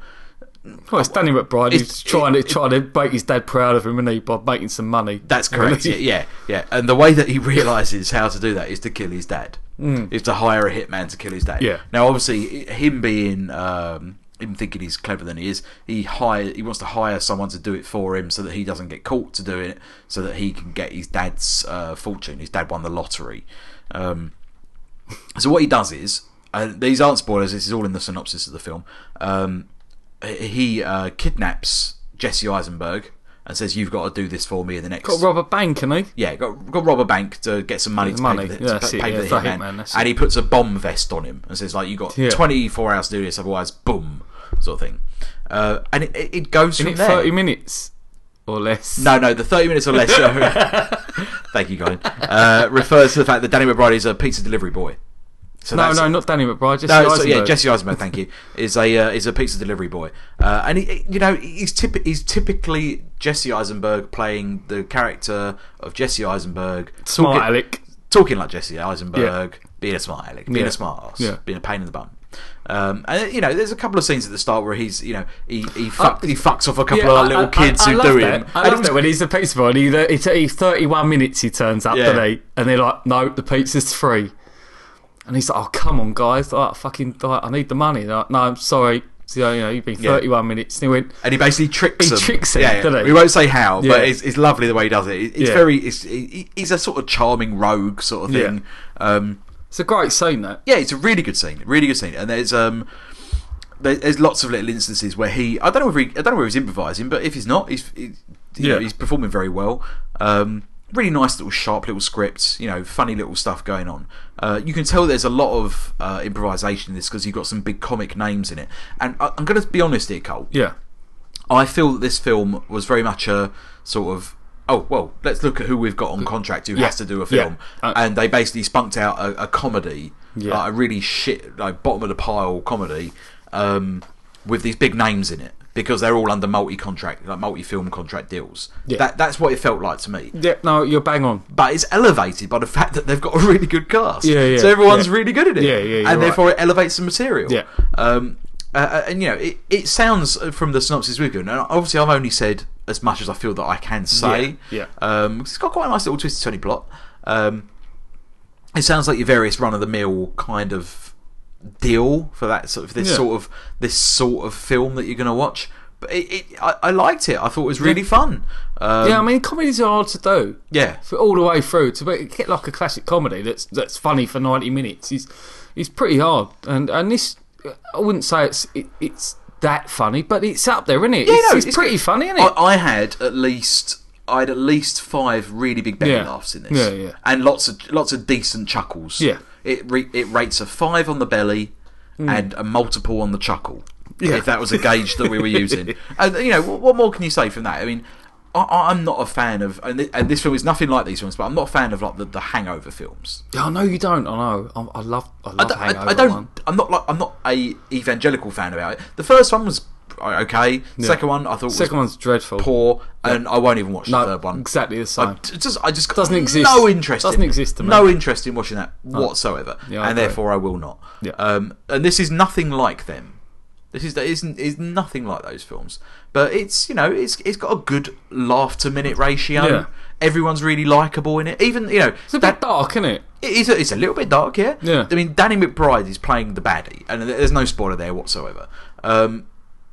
Well, it's Danny McBride.
It's-
He's trying to trying to make his dad proud of him, and he by making some money.
That's correct. yeah, yeah, yeah. And the way that he realizes how to do that is to kill his dad. Is to hire a hitman to kill his dad.
Yeah.
Now, obviously, i- him being um, him thinking he's cleverer than he is, he hire he wants to hire someone to do it for him so that he doesn't get caught to doing it, so that he can get his dad's uh, fortune. His dad won the lottery. Um, so what he does is, uh, these aren't spoilers. This is all in the synopsis of the film. Um, he uh, kidnaps Jesse Eisenberg and says, "You've got to do this for me in the next."
Got rob a bank, can he?
Yeah, got, got rob a bank to get some money to
Money,
pay for the, to
yeah, that's
pay
it,
for
yeah,
the
it's the
hitman.
hitman, that's
and
it.
he puts a bomb vest on him and says, like, you got
Yeah.
24 hours to do this, otherwise, boom, sort of thing. Uh, and it, it, it goes
Isn't
from
it
there.
thirty minutes or less?
No, no, the 30 minutes or less. show- thank you, Colin. Uh, refers to the fact that Danny McBride is a pizza delivery boy. So
no,
that's-
no, not Danny McBride. Jesse
no, so, yeah,
Eisenberg.
Jesse Eisenberg, thank you, is a uh, is a pizza delivery boy, uh, and he, you know he's typ- he's typically Jesse Eisenberg playing the character of Jesse Eisenberg,
Smart
talking-
Alec.
talking like Jesse Eisenberg, being a smart aleck, being
Yeah.
a smart ass,
Yeah.
being a pain in the bum. Um, and you know, there's a couple of scenes at the start where he's, you know, he he, fuck, he fucks off a couple
Yeah,
of
I-
little
I-
kids
I, I
who
love
do
that.
him.
I
And
love that when he's the pizza boy. And he, he, he, thirty-one minutes he turns up,
Yeah.
doesn't he? And they're like, "No, the pizza's free." And he's like, "Oh, come on, guys! Like, fucking, like, I need the money." They're like, "No, I'm sorry." So, you know, you've been
Yeah.
thirty-one minutes. And he went,
and he basically tricks
He
him.
tricks him,
yeah, yeah.
doesn't he?
We won't say how,
Yeah.
but it's, it's lovely the way he does it. It- It's
Yeah.
very, it's, he- he's a sort of charming rogue sort of
Yeah.
thing. Um,
"It's a great scene, that."
yeah, it's a really good scene, really good scene. And there's um, there, there's lots of little instances where he, I don't know if he, I don't know if he's improvising, but if he's not, he's he, you know,
Yeah.
he's performing very well. Um, really nice little sharp little script, you know, funny little stuff going on. Uh, you can tell there's a lot of uh, improvisation in this because you've got some big comic names in it. And I, I'm going to be honest here, Cole.
Yeah,
I feel that this film was very much a sort of oh well, let's look at who we've got on contract who
Mm. Yeah.
has to do a film,
Yeah. Uh,
and they basically spunked out a, a comedy,
Yeah.
like a really shit like bottom of the pile comedy, um, with these big names in it because they're all under multi contract like multi film contract deals.
Yeah.
That that's what it felt like to me.
yeah. No, you're bang on.
But it's elevated by the fact that they've got a really good cast.
Yeah, yeah,
so everyone's
yeah.
really good at it.
Yeah, yeah, you're
And
right.
therefore it elevates the material.
Yeah.
Um, uh, uh, and you know, it, it sounds uh, from the synopsis we've given, and obviously I've only said as much as I feel that I can say.
Yeah,
Um, 'cause it's got quite a nice little twisty turny plot. Um, it sounds like your various run of the mill kind of deal for that sort of this
Yeah.
sort of this sort of film that you're going to watch. But it, it I, I liked it. I thought it was really fun. Um,
yeah, I mean, comedies are hard to do.
yeah,
for all the way through to make, get like a classic comedy that's that's funny for ninety minutes is is pretty hard. And and this, I wouldn't say it's it, it's that funny, but it's up there, isn't it? it's,
no,
it's
it's
pretty funny, isn't it?
I, I had at least I had at least five really big belly
Yeah.
laughs in this.
Yeah, yeah.
And lots of lots of decent chuckles.
Yeah. Mm.
It re- it rates a five on the belly and a multiple on the chuckle.
Yeah.
If that was a gauge that we were using, and you know what, what more can you say from that? I mean. I- I, I'm not a fan of, and, thi- and this film is nothing like these films, but I'm not a fan of like the, the Hangover films.
I know you don't. I know. I, I love. I love
I, don't-
Hangover
I, I don't.
One.
I'm not like I'm not a evangelical fan about it. The first one was uh, okay. Second one I thought was
Second one's dreadful.
poor, and I won't even watch
No,
the third one.
exactly the
I
same.
d- just, I just
Doesn't
got
exist.
No interest.
Doesn't
in,
exist to me.
No interest in watching that whatsoever,
Yeah, I
and
agree.
therefore I will not.
Yeah.
Um, and this is nothing like them. This is that isn't is nothing like those films. But it's you know it's it's got a good laugh to minute ratio.
Yeah.
Everyone's really likable in it. Even you know
It's a bit dark, isn't it?
it is a, it's a little bit dark, yeah.
Yeah.
I mean, Danny McBride is playing the baddie, and there's no spoiler there whatsoever. Um,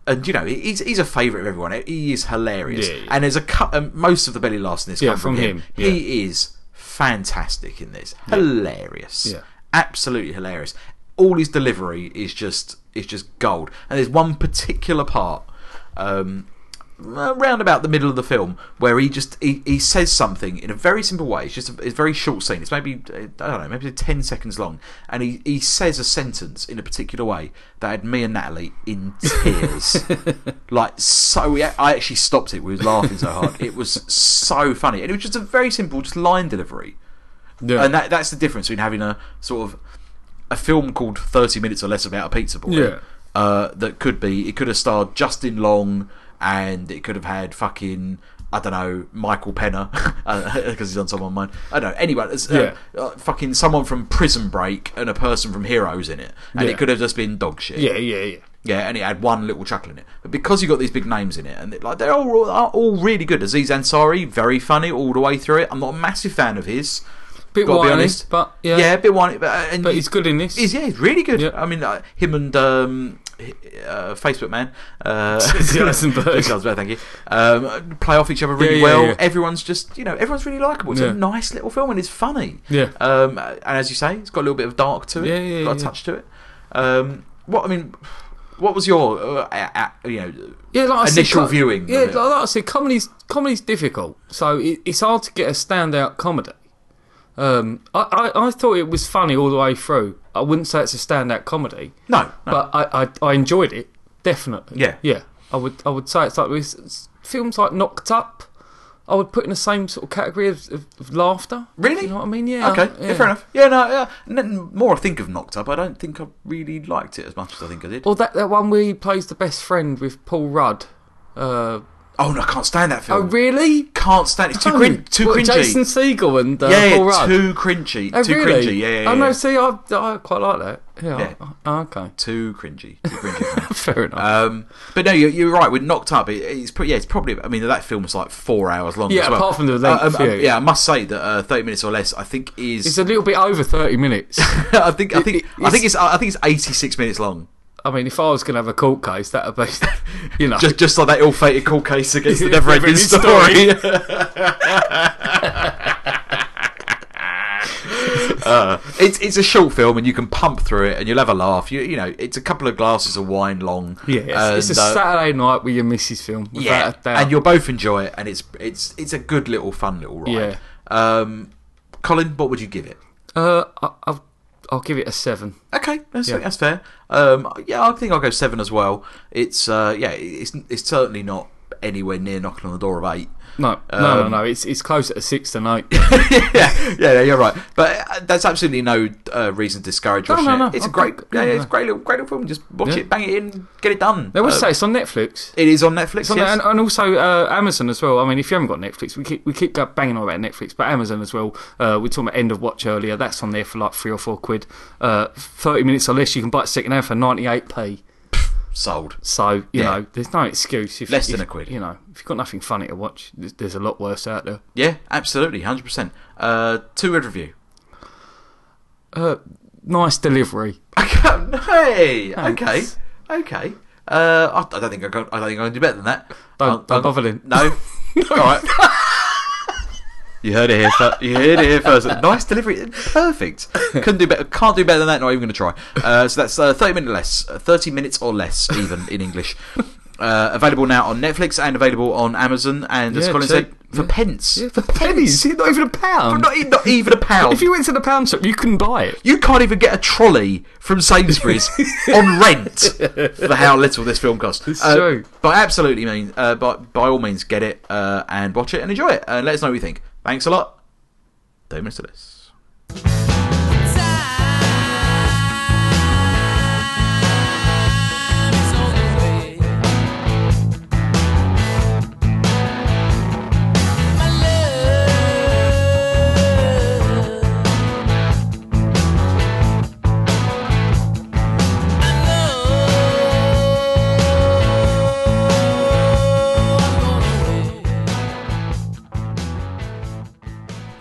and you know, he- he's he's a favourite of everyone. He is hilarious,
Yeah, yeah.
and there's a cut. Um, most of the belly laughs in this
Yeah,
come from,
from
him.
him, yeah.
He is fantastic in this. Hilarious,
Yeah.
absolutely hilarious. All his delivery is just is just gold. And there's one particular part. Um, around about the middle of the film where he just he, he says something in a very simple way it's just a, it's a very short scene it's maybe uh, i don't know maybe 10 seconds long and he, he says a sentence in a particular way that had me and natalie in tears like so we, i actually stopped it we was laughing so hard it was so funny and it was just a very simple just line delivery
Yeah.
and that that's the difference between having a sort of a film called 30 minutes or less about a pizza boy
Yeah.
uh, that could be it could have starred Justin Long and it could have had fucking I don't know Michael Penner because he's on someone mine I don't know anyone it's, uh, uh, fucking someone from Prison Break and a person from Heroes in it and
Yeah.
it could have just been dog shit
yeah, yeah, yeah.
yeah, and it had one little chuckle in it. But because you got these big names in it, and it, like they're all, all are all really good. Aziz Ansari, very funny all the way through it. I'm not a massive fan of his.
Bit
gotta
whiny, but yeah.
yeah, a bit whiny, but, uh, and
But he's good in this.
He's yeah, he's really good.
Yeah.
I mean, uh, him and um, h- uh, Facebook man, uh,
Jesse Eisenberg.
Jesse Eisenberg, thank you. Um, play off each other really
Yeah, yeah,
well.
yeah.
Everyone's just you know, everyone's really likable. It's
Yeah.
a nice little film and it's funny.
Yeah.
Um, and as you say, it's got a little bit of dark to it.
Yeah, yeah,
got a
yeah.
touch to it. Um, what I mean, what was your uh, uh, uh, you know?
Yeah, like I said,
Initial
co-
viewing
Yeah,
of
like
it.
I said, comedy's comedy's difficult, so it, it's hard to get a standout comedy. Um, I, I, I thought it was funny all the way through. I wouldn't say it's a standout comedy,
No, no.
but I, I, I enjoyed it definitely.
Yeah.
yeah. I would I would say it's like it's, it's films like Knocked Up. I would put in the same sort of category of, of, of laughter.
Really?
You know what I mean? Yeah.
okay, yeah.
yeah.
fair enough. Yeah, no, yeah. And then more I think of Knocked Up, I don't think I really liked it as much as I think I did.
Or that, that one where he plays the best friend with Paul Rudd. Uh,
Oh no, I can't stand that
oh,
film.
really?
can't stand it. It's too, crin- too
Oh, What,
cringy.
Jason Segel and uh,
yeah,
Paul Rudd.
too cringy.
Oh,
too
really?
cringy. Yeah, yeah, yeah.
Oh no, see, I, I quite like that. Yeah.
Yeah.
I- I- okay. Uh,
Too cringy. Too cringy.
Fair enough.
um, but no, you're, you're right. We're knocked up. It, it's pretty. Yeah, it's probably. I mean, that film's like four hours long.
Yeah,
as well.
apart from the
Uh,
length,
um, um,
yeah.
yeah, I must say that uh, thirty minutes or less. I think is.
it's a little bit over thirty minutes.
I think. I think.
it-
I think it's. I think it's eighty-six minutes long.
I mean, if I was going to have a court case, that would be, you know,
Just, just like that ill-fated court case against the
Yeah,
never-ending
Never-Ending
story. Uh, it's it's a short film, and you can pump through it, and you'll have a laugh. You you know, it's a couple of glasses of wine long.
yeah, it's,
and,
it's a
uh,
Saturday night with your missus film. without
yeah,
a doubt.
and you'll both enjoy it, and it's it's it's a good little fun little ride. Um, Colin, what would you give it?
Uh, I, I'll, I'll give it a seven.
Okay, that's, that's fair. Um, yeah, I think I'll go seven as well. It's uh, yeah, it's it's certainly not anywhere near knocking on the door of eight.
No, no, no,
Um,
no. It's it's closer to six than eight.
yeah, yeah, you're right. But uh, that's absolutely no uh, reason to discourage
No,
watching
no, no.
it. It's a
I
great,
think-
yeah,
no,
it's a
no.
great little, great little film. Just watch
Yeah.
it, bang it in, get it done.
I would
Uh,
say it's on Netflix.
it is on Netflix.
It's on
yes.
there, and, and also uh, Amazon as well. I mean, if you haven't got Netflix, we keep we keep go- banging on about Netflix, but Amazon as well. Uh, we talked about End of Watch earlier. That's on there for like three or four quid. Uh, Thirty minutes or less, you can buy it second hand for ninety eight p.
Sold.
So you
Yeah.
know, there's no excuse. If,
Less than
if-
a quid.
You know, if you've got nothing funny to watch, there's, there's a lot worse out there.
Yeah, absolutely, hundred percent. Uh, two word review.
Uh, nice delivery.
hey, okay,
Thanks.
okay. Uh, I I don't think I can. I don't think I can do better than that.
Don't-
I'll-
don't
I'll-
bother then.
No. All right. You heard it here. First. You heard it here first. Nice delivery. Perfect. Couldn't do better. Can't do better than that. Not even going to try. Uh, so that's uh, thirty minutes less. uh, Thirty minutes or less, even in English. Uh, available now on Netflix and available on Amazon. And as
Yeah,
Colin
cheap.
said, for
Yeah.
pence.
Yeah, for pennies, not even a pound.
Not, e- not even a pound.
if you went to the pound shop, you couldn't buy it.
You can't even get a trolley from Sainsbury's on rent for how little this film costs.
It's
Uh,
true.
But absolutely, mean, uh, but by all means, get it uh, and watch it and enjoy it. And let us know what you think. Thanks a lot. Don't miss this.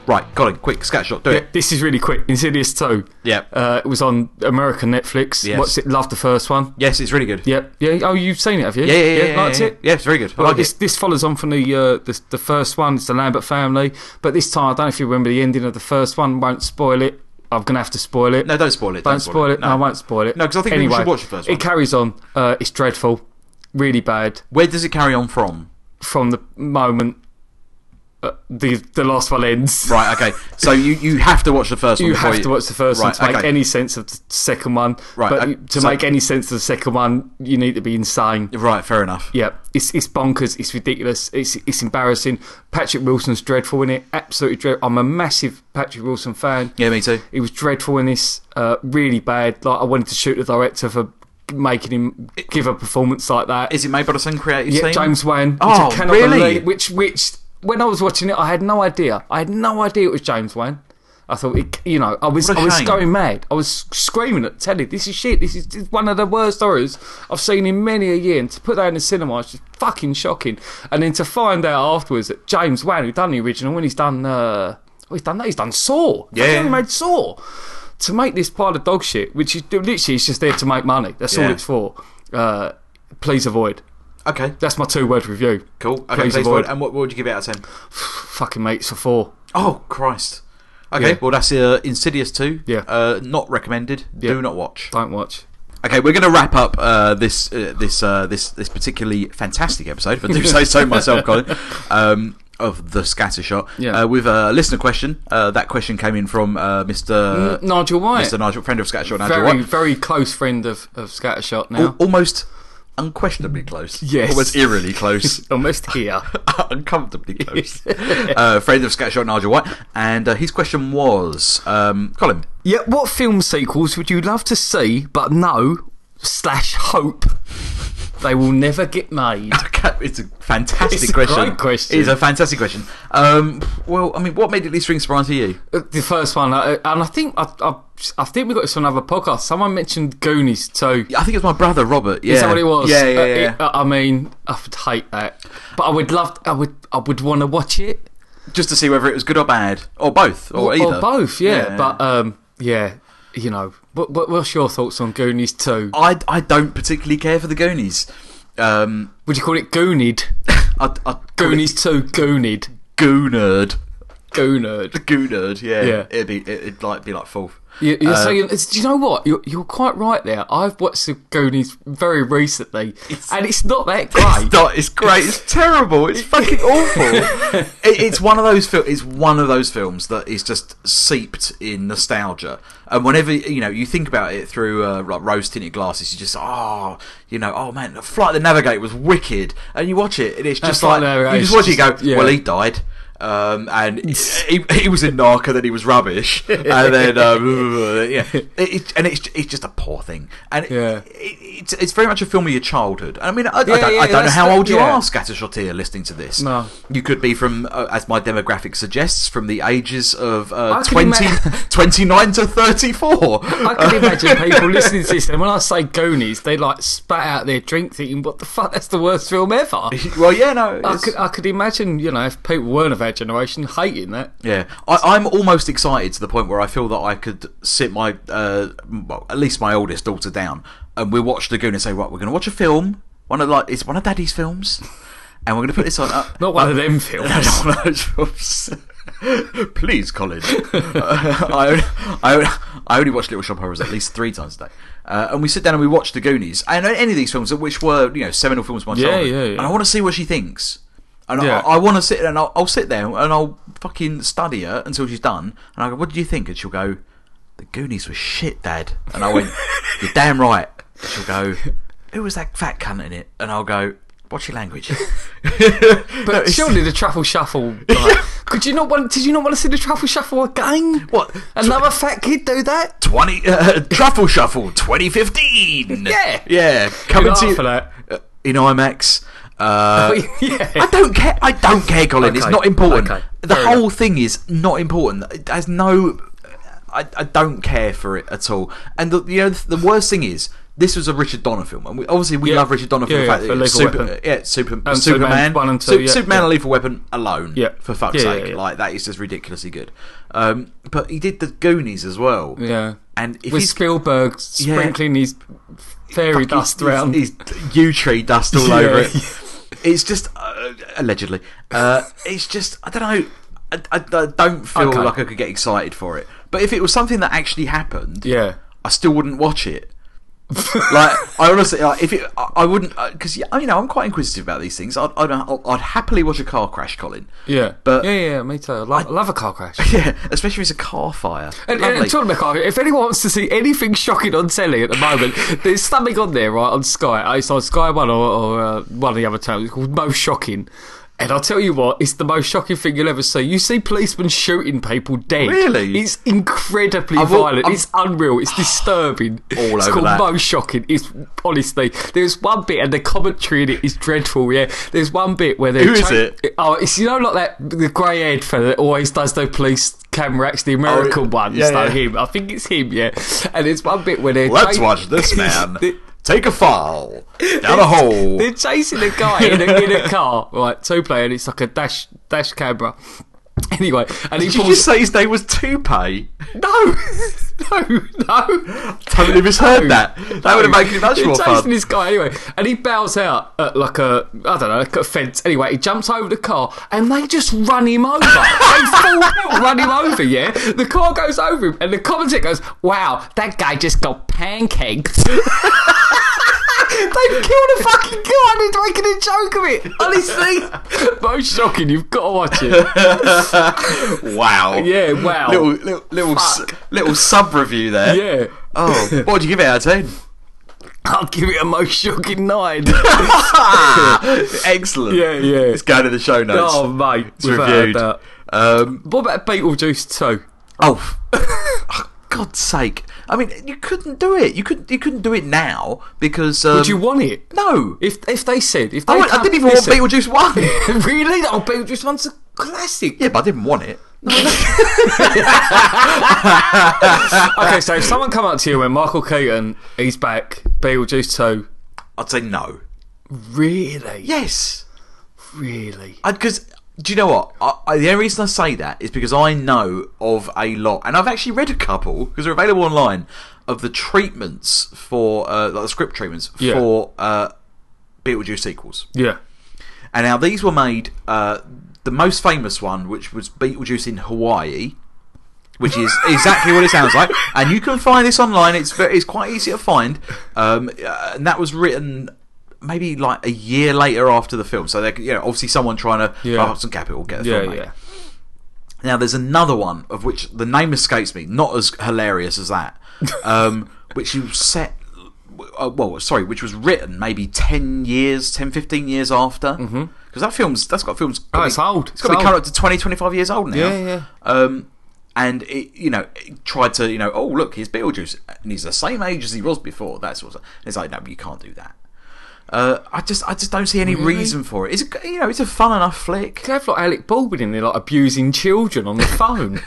Right, Colin, quick, scat shot, do it.
This is really quick. Insidious 2.
Yeah.
Uh, it was on American Netflix.
Yes.
Watched it, loved the first one.
Yes, it's really good.
Yep. Yeah. Oh, you've seen it, have you?
yeah, yeah, yeah.
liked
yeah,
it.
yeah, it's very good. I
Well,
like
this
it.
this follows on from the, uh, the the first one. It's the Lambert family, but this time I don't know if you remember the ending of the first one. Won't spoil it. I'm gonna have to spoil it.
No, don't spoil it.
don't spoil it. No. I won't spoil it.
No, 'cause I think people
anyway,
should watch the first one.
It carries on. Uh, it's dreadful, really bad
Where does it carry on from?
from the moment uh, the the last one ends.
Right, okay. So you, you have to watch the first one.
You
before
have to watch the first one
Right,
to make
okay.
any sense of the second one.
Right,
but
uh,
you- to
so-
make any sense of the second one, you need to be insane.
Right, fair enough.
Yeah, it's it's bonkers. It's ridiculous. It's it's embarrassing. Patrick Wilson's dreadful in it. Absolutely dreadful. I'm a massive Patrick Wilson fan.
Yeah, me too.
He was dreadful in this. Uh, really bad. Like I wanted to shoot the director for making him give a performance like that.
Is it made by the same creative
yeah,
team?
James Wan.
Oh,
which I cannot
really?
Believe, which which when I was watching it, I had no idea. I had no idea it was James Wan. I thought, it, you know, I was
What a
I was
shame.
going mad. I was screaming at the telly. This is shit. This is this is one of the worst horrors I've seen in many a year. And to put that in the cinema is just fucking shocking. And then to find out afterwards that James Wan, who done the original, when he's done, uh, oh, he's done that. He's done Saw. Fucking
Yeah.
hell, He made Saw. To make this pile of dog shit, which is literally it's just there to make money. That's all
Yeah.
it's for. Uh, please avoid.
Okay.
That's my two word review.
Cool. Okay,
Please
please,
avoid.
avoid. And what, what would you give it out of 10?
Fucking mates for four.
Oh, Christ. Okay,
Yeah.
well, that's uh, Insidious 2.
Yeah.
Uh, not recommended. Do not watch.
Don't watch.
Okay, we're going to wrap up uh, this uh, this uh, this this particularly fantastic episode, if I do say so myself, Colin, um, of the Scattershot.
Yeah.
Uh, with a listener question. Uh, that question came in from uh, Mr.
Nigel White.
Mr. Nigel, friend of Scattershot, Nigel
very,
White.
very close friend of, of Scattershot now.
Al- almost unquestionably close.
Yes.
Almost eerily close.
Almost here.
uncomfortably close. uh, friend of Scatshot Nigel White, and uh, his question was, um, Colin,
yeah, what film sequels would you love to see but know slash hope they will never get made?
it's a fantastic
It's a
question.
great question.
It's a fantastic question. Um, well, I mean, what made it least rings surprise to you?
Uh, the first one, uh, and I think I, I, I think we got this on another podcast. Someone mentioned Goonies too.
I think it was my brother Robert. Yeah.
Is that what it was?
Yeah,
Uh,
yeah,
it-
yeah.
uh, I mean, I would hate that, but I would love. I would. I would want to watch it.
Just to see whether it was good or bad, or both, or,
Or-
either.
Or both, yeah. But um, yeah, you know. What, what, what's your thoughts on Goonies 2?
I, I don't particularly care for the Goonies. Um,
Would you call it Goonied?
I, I
Goonies 2, Goonied.
Goonerd.
Goonerd.
Goonerd. Yeah.
Yeah.
It'd be it, it'd like be like fourth.
You, you're
Uh,
saying, it's- do you know what? You're, you're quite right there. I've watched the Goonies very recently, and it's not that great.
It's not. It's great. It's terrible. It's fucking awful. it, it's one of those. Fil- it's one of those films that is just seeped in nostalgia. And whenever you know you think about it through uh, like rose tinted glasses, you just oh, you know, oh man, Flight of the Navigator was wicked. And you watch it, and it's just
Flight of
like
the
you
Navigator
just
is
watch it. and
just-
Go
yeah.
well, he died. Um, and he, he was in Narc, and then he was rubbish, and then um, yeah, it, it, and it's it's just a poor thing, and
Yeah.
it, it's it's very much a film of your childhood. I mean, I, I
Yeah,
don't,
yeah,
I don't know
that's
how
the-
old you
yeah.
are, Scattershot here, listening to this.
No.
You could be from, uh, as my demographic suggests, from the ages of uh,
I could
20,
imma-
29 to 34.
I can imagine people listening to this, and when I say Goonies, they like spat out their drink thinking, what the fuck, that's the worst film ever.
well, yeah, no.
I
it's-
could, I could imagine, you know, if people weren't a fan generation hating that.
Yeah, I, I'm almost excited to the point where I feel that I could sit my, uh, well, at least my oldest daughter down, and we watch Lagoon and say, right, we're going to watch a film. One of like it's one of Daddy's films, and we're going to put this on. Uh,
Not one of them films.
I don't want those films. Please, Colin. Uh, I, only- I, only- I only watch Little Shop of Horrors at least three times a day. Uh, and we sit down and we watch The Goonies and any of these films, which were you know seminal films of my
Yeah,
childhood.
yeah, yeah.
And I want to see what she thinks. And
Yeah.
I, I want to sit and I'll, I'll sit there and I'll fucking study her until she's done. And I go, "What do you think?" And she'll go, "The Goonies was shit, Dad." And I went, "You're damn right." And she'll go, "Who was that fat cunt in it?" And I'll go, "Watch your language." No,
But
it's-
surely the truffle shuffle. Like, could you not want? Did you not want to see the truffle shuffle again?
What?
Another fat kid do that?
20 uh, Truffle Shuffle 2015.
Yeah.
Yeah. Coming to
Good art
you
for that.
uh, in IMAX. Uh, I
yeah.
don't care. I don't care, Colin. It's
Okay.
not important.
Okay.
The
Fair
whole thing is not important. It has no. I, I don't care for it at all. And the you know the, the worst thing is this was a Richard Donner film, and we, obviously we
Yeah.
love Richard Donner for
Yeah,
the
yeah,
fact
for
that it's
Lethal
super,
Weapon.
yeah, super,
And
Superman,
Superman one and two,
Sup-
yeah,
Superman
yeah.
and Lethal Weapon alone.
Yeah.
for fuck's
Yeah, yeah,
sake,
yeah.
like that is just ridiculously good. Um, but he did the Goonies as well.
Yeah.
and if
With
he's
Spielberg
Yeah.
sprinkling his fairy
fucking-
dust
he's-
around.
he's yew tree dust all
Yeah.
over it. It's just uh, allegedly. Uh, it's just I don't know. I, I- I don't feel
Okay.
like I could get excited for it. But if it was something that actually happened,
yeah.
I still wouldn't watch it. like I honestly, like, if it, I, I wouldn't because you know I'm quite inquisitive about these things. I'd, I'd, I'd happily watch a car crash, Colin.
Yeah.
But-
yeah, yeah, me too. I love, I love a car crash.
Yeah, especially if it's a car fire.
And,
Lovely.
and talking about car, if anyone wants to see anything shocking on telly at the moment, there's something on there, right, on Sky. uh, It's on Sky One or, or uh, one of the other channels. It's called Most Shocking. And I'll tell you what, it's the most shocking thing you'll ever see. You see policemen shooting people dead.
Really?
It's incredibly
I've al-
violent.
I'm-
it's unreal. It's disturbing.
All
it's
over
called
that.
Most Shocking. It's honestly, there's one bit, and the commentary in it is dreadful, yeah. There's one bit where they're.
Who is
cha-
it?
Oh, it's you know like that the grey haired fella that always does the police camera acts, the American
Oh,
ones,
yeah,
though,
yeah.
him. I think it's him, yeah. And it's one bit where they're
Let's
cha-
watch this man
They-
take a file down a hole.
they're chasing a guy in a, in a car, right? Two player, and it's like a dash dash camera. Anyway, and he
Did you
pulls.
just say his name was Toupee?
no, no, no.
Totally misheard that. That would have made it much
They're
more
chasing
fun.
this guy anyway, and he bows out at like a I don't know, like a fence. Anyway, he jumps over the car, and they just run him over. they full out run him over. Yeah, the car goes over him, and the commentator goes, "Wow, that guy just got pancaked." They've killed a fucking guy and they're making a joke of it. Honestly, most shocking. You've got to watch it.
Wow.
Yeah, wow.
Little little little, s-
Fuck.
little sub review there.
Yeah,
Oh, what would you give it out of ten?
I'll give it a most shocking nine.
Excellent.
Yeah, yeah.
It's going to the show notes.
oh mate,
it's
without a
reviewed.
doubt.
Um,
What about Beetlejuice Two?
oh, f- God's sake! I mean, you couldn't do it. You could you couldn't do it now because. Um,
Would you want it?
No.
If if they said if they
I, went- I
come-
didn't even
listen,
want Beetlejuice one.
really oh Beetlejuice one's a classic.
yeah, but I didn't want it.
okay, so if someone come up to you and Michael Keaton he's back Beetlejuice two.
I'd say no.
Really,
Yes.
really.
Because do you know what? I, I, the only reason I say that is because I know of a lot, and I've actually read a couple because they're available online of the treatments for uh, like the script treatments
Yeah.
for uh, Beetlejuice sequels.
Yeah,
And now these were made. Uh, the most famous one, which was Beetlejuice in Hawaii, which is exactly what it sounds like. And you can find this online. It's very, it's quite easy to find. Um, uh, and that was written maybe like a year later after the film. So they, you know, obviously someone trying to
Yeah.
yeah. up some capital, get the
yeah,
film made.
yeah.
Now there's another one of which the name escapes me. Not as hilarious as that, um, which you set. Uh, well, sorry, which was written maybe 10 years, 10, 15 years after. Because that film's, that's got films. probably-
Mm-hmm. Oh, it's old.
It's got to
It's
be
old.
current up to 20, 25 years old now.
Yeah, yeah.
Um, and it, you know, it tried to, you know, oh, look, here's Beetlejuice. And he's the same age as he was before. That sort of and It's like, no, you can't do that. Uh, I just, I just don't see any reason for it. It's, a, you know, it's a fun enough flick.
Could have like Alec Baldwin in there like abusing children on the phone.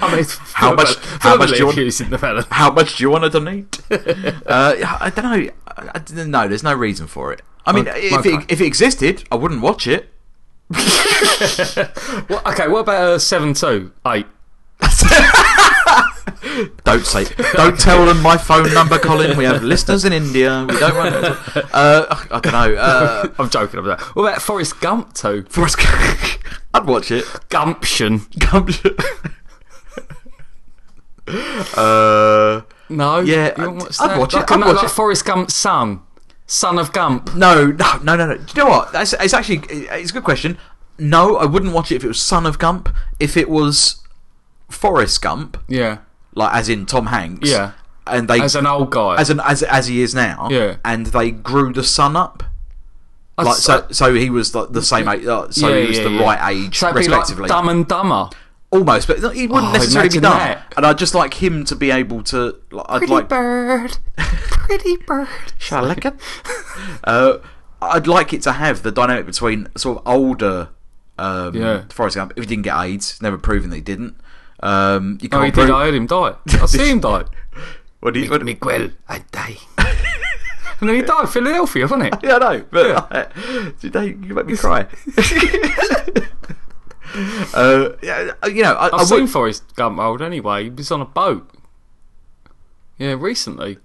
I mean,
How much- how much do you want-
abusing the fella?
How much do you want to donate? uh, yeah, I don't know. I, I don't know. There's no reason for it. I mean,
Okay.
if,
Okay.
it, if it existed, I wouldn't watch it.
Well, okay, what about uh, seven two eight?
Don't say. Don't tell them my phone number, Colin. We have listeners in India. We don't want. Uh, I don't know. Uh,
I'm joking. I'm joking. What about Forrest Gump two?
Forrest Gump. I'd watch it.
Gumption?
Gump. uh,
No.
Yeah,
you wouldn't
I'd-
watch
I'd
that?
watch it,
Like,
I'd
no,
watch
like
it.
Forrest Gump's son, son of Gump.
no, no, no, no, no. Do you know what? That's, it's actually it's a good question. No, I wouldn't watch it if it was Son of Gump. If it was Forrest Gump,
Yeah,
like as in Tom Hanks.
Yeah.
And they
as an old guy.
as an as as he is now.
Yeah.
And they grew the son up.
I'd
Like
say-
so, so he was the, the same age. Uh, so
Yeah,
he was
yeah,
the
yeah.
right age,
so it'd be like
respectively.
Dumb and Dumber.
Almost, but he wouldn't
Oh,
necessarily be
imagine
done.
that.
And I'd just like him to be able to. Like, I'd
Pretty
like.
bird, pretty bird.
Shall I lick it? uh, I'd like it to have the dynamic between sort of older. Um,
Yeah.
Forrest Gump, if he didn't get AIDS, never proven that he didn't. Um, you can't
No, Oh, he did.
prove-
I heard him die. I see him die.
What do you, what,
Miguel, I die. and then he died in Philadelphia, wasn't it?
Yeah, I know, but did they, you make me cry. uh, yeah, you know, I, I
I've seen
would.
Forrest Gump old anyway. He was on a boat. Yeah, recently.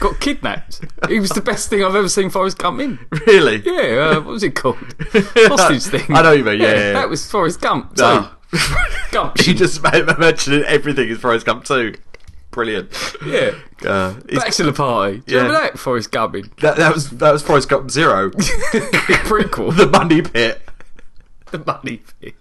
Got kidnapped. He was the best thing I've ever seen Forrest Gump in.
Really?
Yeah, uh, what was it called? Hostage thing.
I know what you mean, yeah, yeah, yeah.
That was Forrest Gump. Too.
No.
Gump.
you just mentioned everything is Forrest Gump too. Brilliant.
Yeah.
Uh, it's-
Back to the party. Do you
Yeah.
remember that? Forrest Gump in
that, that was that was Forrest Gump zero.
prequel.
the money pit.
the money pit.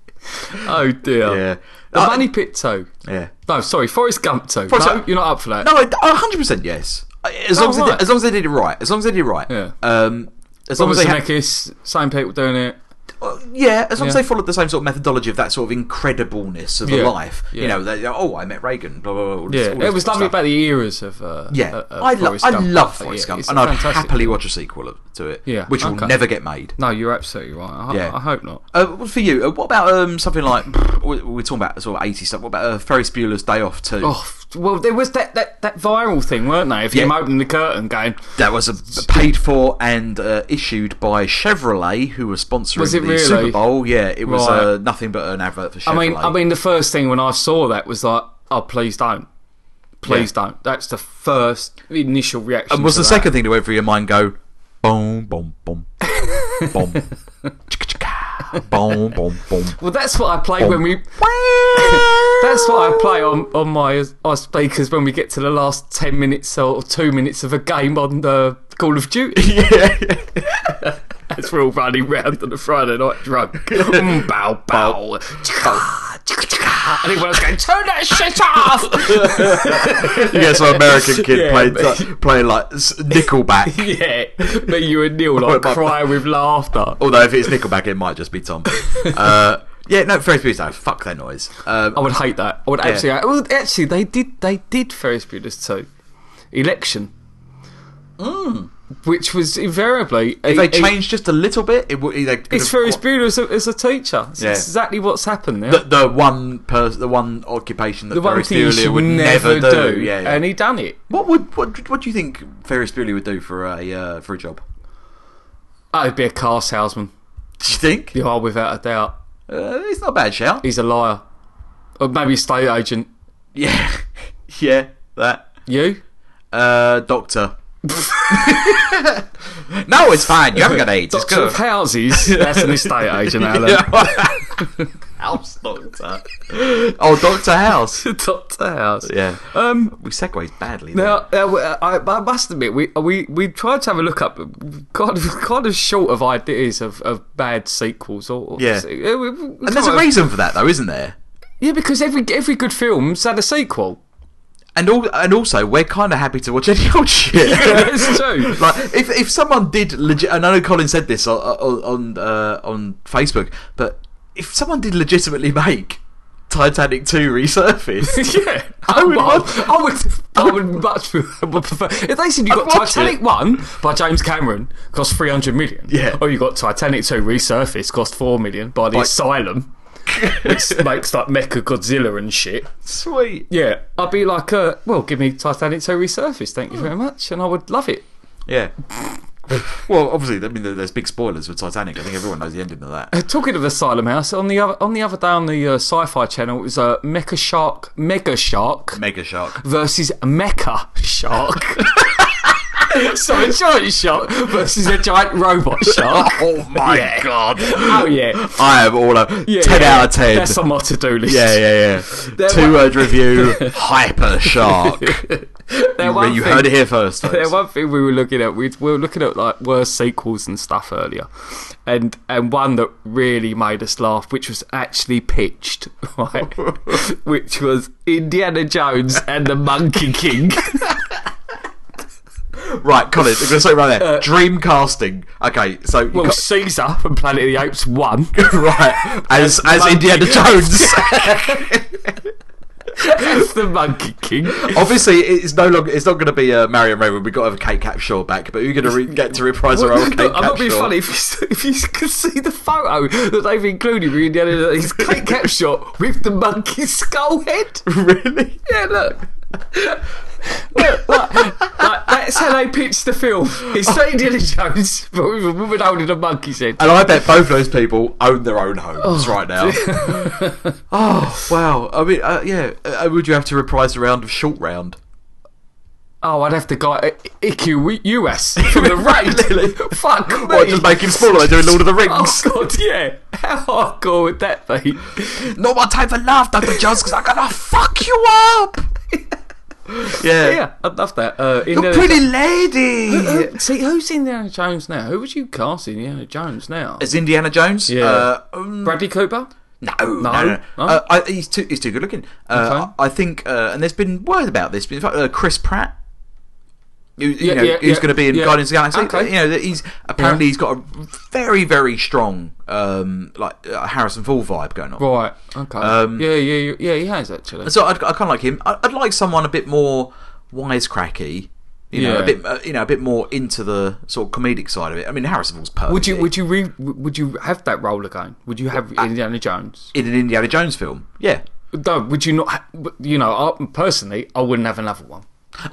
Oh dear.
Yeah.
The
Uh,
money pit too.
Yeah.
No, sorry, Forrest Gump too.
Forrest
no,
Gump-
you're not up for that.
No, I- a hundred percent yes. As long
Oh,
as they
right.
did, as long as they did it right. As long as they did it right.
Yeah.
Um. As long
Robert
as they had,
Zemeckis, same people doing it.
Well, yeah, as long as
Yeah.
they followed the same sort of methodology of that sort of incredibleness of the
Yeah.
life,
Yeah.
you know, they, oh, I met Reagan, blah blah blah. all this-
Yeah,
all this
it was
sort of
lovely
stuff.
about the eras of. Uh,
Yeah,
uh, of
I, lo-
Forrest
I
Gump.
love
Yeah,
Forrest Gump,
it's
and I'd
fantastic.
happily watch a sequel of- to it.
Yeah,
which
okay.
will never get made.
No, you're absolutely right. I,
Yeah.
I, I hope not.
Uh, what for you? Uh, what about um, something like we- we're talking about sort of eighty stuff? What about uh, Ferris Bueller's Day Off too?
Oh, f- well, there was that, that, that viral thing, weren't they? Of him
Yeah.
opening the curtain, going,
That was uh, paid for and uh, issued by Chevrolet, who were sponsoring
Was it
the
really?
Super Bowl. Yeah, it was
Right.
uh, nothing but an advert for
I
Chevrolet.
mean, I mean, the first thing when I saw that was like, "Oh, please don't, please don't." That's the first initial reaction.
And was
to
the
that.
second thing that went through your mind go boom, boom, boom, boom, chicka-chicka, boom, boom, boom.
Well, that's what I play when we. That's what I play on on my our speakers when we get to the last ten minutes or two minutes of a game on the Call of Duty.
yeah.
As we're all running round on a Friday night drunk. Mm, bow bow. Chicka, chicka, chicka. And everyone's going, "Turn that shit off!"
You get some American kid
Yeah,
playing,
but-
playing like s- Nickelback.
yeah, but you and Neil like cry with laughter.
Although if it's Nickelback, it might just be Tom. uh, yeah, no, Ferris Bueller's Day Off. Fuck that noise. Um,
I would hate that. I would absolutely. hate- Well, actually, they did. They did Ferris Bueller's too. Election, Hmm. which was invariably
if they changed just a little bit, it would. They could
It's
have-
Ferris Bueller as a, as a teacher. It's
Yeah.
exactly what's happened there.
The, the one person, the one occupation that
The one
Ferris
thing you
Bueller
should
would
never, do,
Yeah, yeah.
and he done it.
what would what, what do you think Ferris Bueller would do for a uh, for a job?
I'd be a car salesman.
Do you think?
You are without a doubt.
Uh, it's not a bad shout.
He's a liar, or maybe a state agent.
Yeah, yeah, that.
You?
Uh, doctor. no, it's fine. You haven't got AIDS.
Doctor of houses. That's an estate agent, Alan.
House doctor. Oh, Doctor House.
Doctor house.
Yeah,
Um,
we segues badly. there.
Now, uh, w- I, I must admit, we we we tried to have a look up, kind of kind of short of ideas of, of bad sequels. Or or-
Yeah.
we- we- we
and there's
kind
a
of-
reason for that, though, isn't there?
Yeah, because every every good film's had a sequel.
And all, and also, we're kind of happy to watch any old shit.
That's true.
Like if if someone did legit, and I know Colin said this on on on, uh, on Facebook, but if someone did legitimately make Titanic two resurface,
yeah,
I would
Well,
watch-
I would, I would much would prefer if they said you got
I'd watch it.
Titanic one by James Cameron cost three hundred million,
Yeah.
or you got Titanic two resurfaced cost four million by the
By-
Asylum, which makes like Mecha Godzilla and shit.
sweet.
Yeah, I'd be
Hmm.
like, uh, well, give me Titanic to resurface, thank you very much, and I would love it.
Yeah. well, obviously, I mean, there- there's big spoilers with Titanic. I think everyone knows the ending of that.
Uh, Talking of Asylum House, on the other on the other day on the uh, Sci-Fi Channel, it was a uh, Mecha Shark, Mega Shark
Mega Shark.
versus Mecha Shark. so a giant shark versus a giant robot shark.
Oh my god!
Oh yeah,
I am all over
yeah
ten
yeah.
out of ten.
That's on my to-do list.
yeah, yeah, yeah. Two word review. Hyper Shark.
They're
you
one
you
thing-
heard it here first.
Yeah,
folks.
one thing we were looking at, we'd, we were looking at like worst sequels and stuff earlier, and and one that really made us laugh, which was actually pitched, right? which was Indiana Jones and the Monkey King.
Right, Colin, I'm going to say right there. Dream casting. Okay, so
well, Caesar from Planet of the Apes won,
right as as
monkey.
Indiana Jones.
That's the Monkey King.
Obviously, it's no longer it's not going to be uh, Marion Raymond. We got to have Kate Capshaw back, but who's going to re- get to reprise her old Kate
Look, I'm not being
Capshaw?
funny. If you, s- if you s- can see the photo that they've included with Indiana, Jones, it's Kate Capshaw with the monkey skull head.
really?
Yeah, look. look, like, like, that's how they pitched the film. It's not Indiana Jones, but with a woman holding a monkey's head.
Oh. And I bet both those people own their own homes right now. oh wow! I mean, uh, yeah. Uh, would you have to reprise a round of short round?
Oh, I'd have to go I- IQ US from the
Really?
raid. Fuck me.
Or just make him smaller like doing Lord of the
Oh
Rings?
god, yeah. How hardcore would that be?
Not my time for love, Doctor Jones, because I'm gonna fuck you up. yeah.
Yeah, I'd love that. Uh,
You're
Indiana
pretty lady.
Jo- See, who's Indiana Jones now? Who would you cast in Indiana Jones now?
As Indiana Jones?
Yeah.
Uh, um,
Bradley Cooper?
No, no, no. no.
No?
Uh, I, he's too he's too good looking. Uh,
Okay.
I I think, uh, and there's been word about this. But in fact, uh, Chris Pratt, who, you
Yeah,
know,
yeah,
who's
yeah,
going to be in
yeah.
Guardians of the Galaxy.
Okay.
You know, that he's apparently he's got a very very strong um, like uh, Harrison Ford vibe going on.
Right, okay.
Um,
yeah, yeah, yeah, he has actually.
So I'd, I kind of like him. I, I'd like someone a bit more wisecracky. You know,
Yeah.
a bit uh, you know a bit more into the sort of comedic side of it. I mean, Harrison Ford's perfect.
Would you would you re, would you have that role again? Would you have Indiana Jones?
in an Indiana Jones film? Yeah.
No, would you not? ha- You know, I, personally, I wouldn't have another one.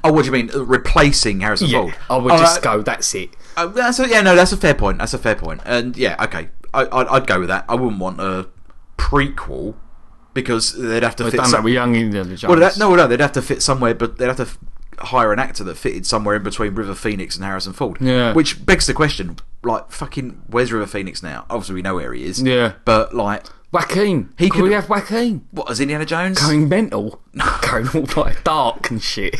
Oh, what do you mean uh, replacing Harrison Ford?
I would
Oh,
just
uh,
go. That's it.
Uh, that's a, yeah, no, that's a fair point. That's a fair point. And yeah, okay, I, I'd, I'd go with that. I wouldn't want a prequel because they'd have to fit.
Done that
Some,
with young Indiana Jones.
well, that, no, no, they'd have to fit somewhere, but they'd have to f- hire an actor that fitted somewhere in between River Phoenix and Harrison Ford.
Yeah.
Which begs the question, like, fucking, where's River Phoenix now? Obviously, we know where he is.
Yeah.
But like,
Joaquin.
He
He could,
could-
we have Joaquin
what is Indiana Jones
going mental, going all like dark and shit.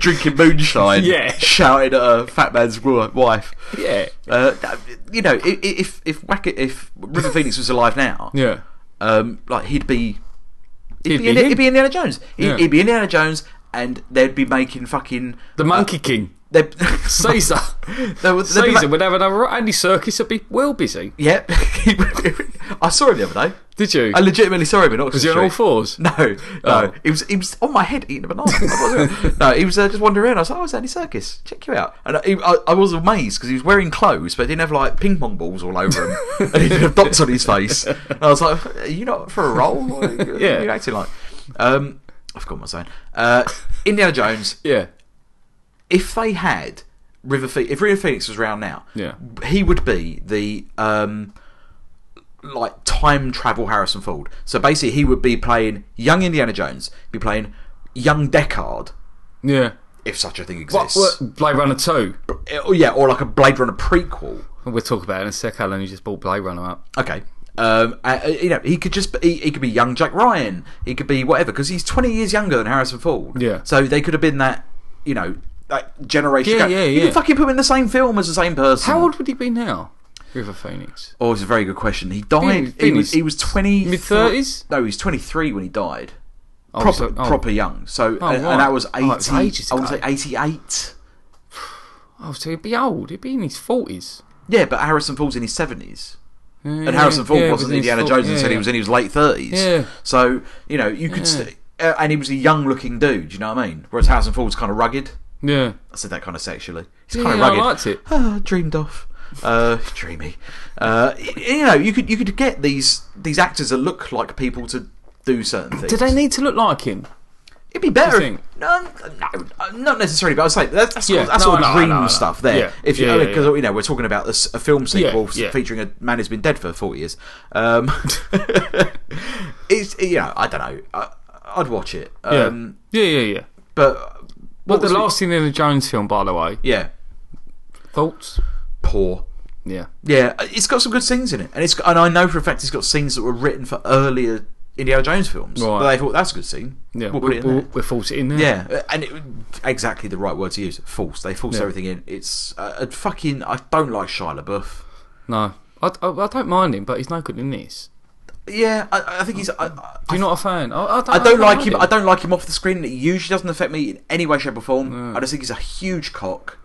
drinking moonshine?
Yeah.
shouting at a fat man's wi- wife.
Yeah,
Uh, you know, i- i- if if Wack- if River Phoenix was alive now,
yeah.
um, like he'd be, he'd,
He'd
be,
be
in,
him.
he'd be Indiana Jones. He'd,
Yeah.
he'd be Indiana Jones, and they'd be making fucking uh,
The Monkey King,
they'd,
Caesar.
they would- they'd be
Caesar
ma-
would have another. ro- Andy Circus would be well busy.
yeah. I saw him the other day.
Did you?
I legitimately saw him in Oxford
Was he on
Street.
all fours?
No, no.
Oh.
He was he was on my head eating a banana. I wasn't- no, he was uh, just wandering around. I was like, "Oh, it's Andy Circus. Check you out." And I, he, I, I was amazed because he was wearing clothes, but he didn't have like ping pong balls all over him, and he didn't have dots on his face. And I was like, "Are you not for a role? What are you- what
Yeah.
are you acting like?" Um, I forgot what I was saying. Uh, Indiana Jones.
Yeah.
If they had River, Phoe- if River Phoenix was around now,
Yeah.
he would be the um like time travel Harrison Ford. So basically, he would be playing young Indiana Jones, be playing young Deckard,
Yeah.
if such a thing
What,
exists.
what, Blade Runner 2.
Oh, yeah, or like a Blade Runner prequel.
We'll talk about it in a sec. How long you just bought Blade Runner up?
Okay. Um, uh, you know, he could just he, he could be young Jack Ryan. He could be whatever because he's twenty years younger than Harrison Ford.
Yeah.
So they could have been that, you know, that generation.
Yeah,
gap.
yeah,
You
yeah.
could fucking put him in the same film as the same person.
How old would he be now? River Phoenix.
Oh, it's a very good question. He died.
Been-
he, was,
been
he was twenty
mid-thirties?
No, he was twenty three when he died.
Oh,
proper,
so- oh.
proper young. So, and, and
right.
that was eighty.
Oh, it's ages
I want to say
ago.
eighty-eight.
Oh, so he'd be old. He'd be in his forties.
Yeah, but Harrison Ford's in his seventies, and Harrison Ford wasn't Indiana Jones until he was in his late thirties.
Yeah.
So you know you could, st- uh, and he was a young-looking dude. You know what I mean? Whereas Harrison Ford's kind of rugged.
Yeah.
I said that kind of sexually. He's
Yeah,
kind of
yeah, I
rugged.
liked it.
Ah, dreamed of. Uh, dreamy. Uh, y- you know, you could you could get these these actors that look like people to do certain things.
Do they need to look like him?
It'd be better.
you think?
no, no, uh, not necessarily. But I was like, that's that's,
Yeah,
all, that's
no,
all
no,
dream
no, no.
stuff there.
Yeah.
If you
Yeah,
because
yeah,
you know we're talking about this, a film sequel
Yeah, yeah.
featuring a man who's been dead for forty years. Um, it's you know I don't know. I, I'd watch it.
Yeah.
Um,
yeah, yeah, yeah.
But
Well,
what
the
was it?
last Indiana Jones film, by the way.
yeah,
Thoughts?
poor.
Yeah.
Yeah, it's got some good scenes in it, and it's and I know for a fact it's got scenes that were written for earlier Indiana Jones films.
Right.
But they thought that's a good scene.
Yeah.
we'll put it in there.
we force it in there.
Yeah, and it, exactly the right word to use. False. They force
Yeah.
everything in. It's uh, a fucking. I don't like Shia LaBeouf.
No. I, I, I don't mind him, but he's no good in this.
Yeah, I, I think he's. I, I,
You're not a fan. I, I don't,
I don't like him.
him.
I don't like him off the screen. It usually doesn't affect me in any way, shape, or form. I just think he's a huge cock,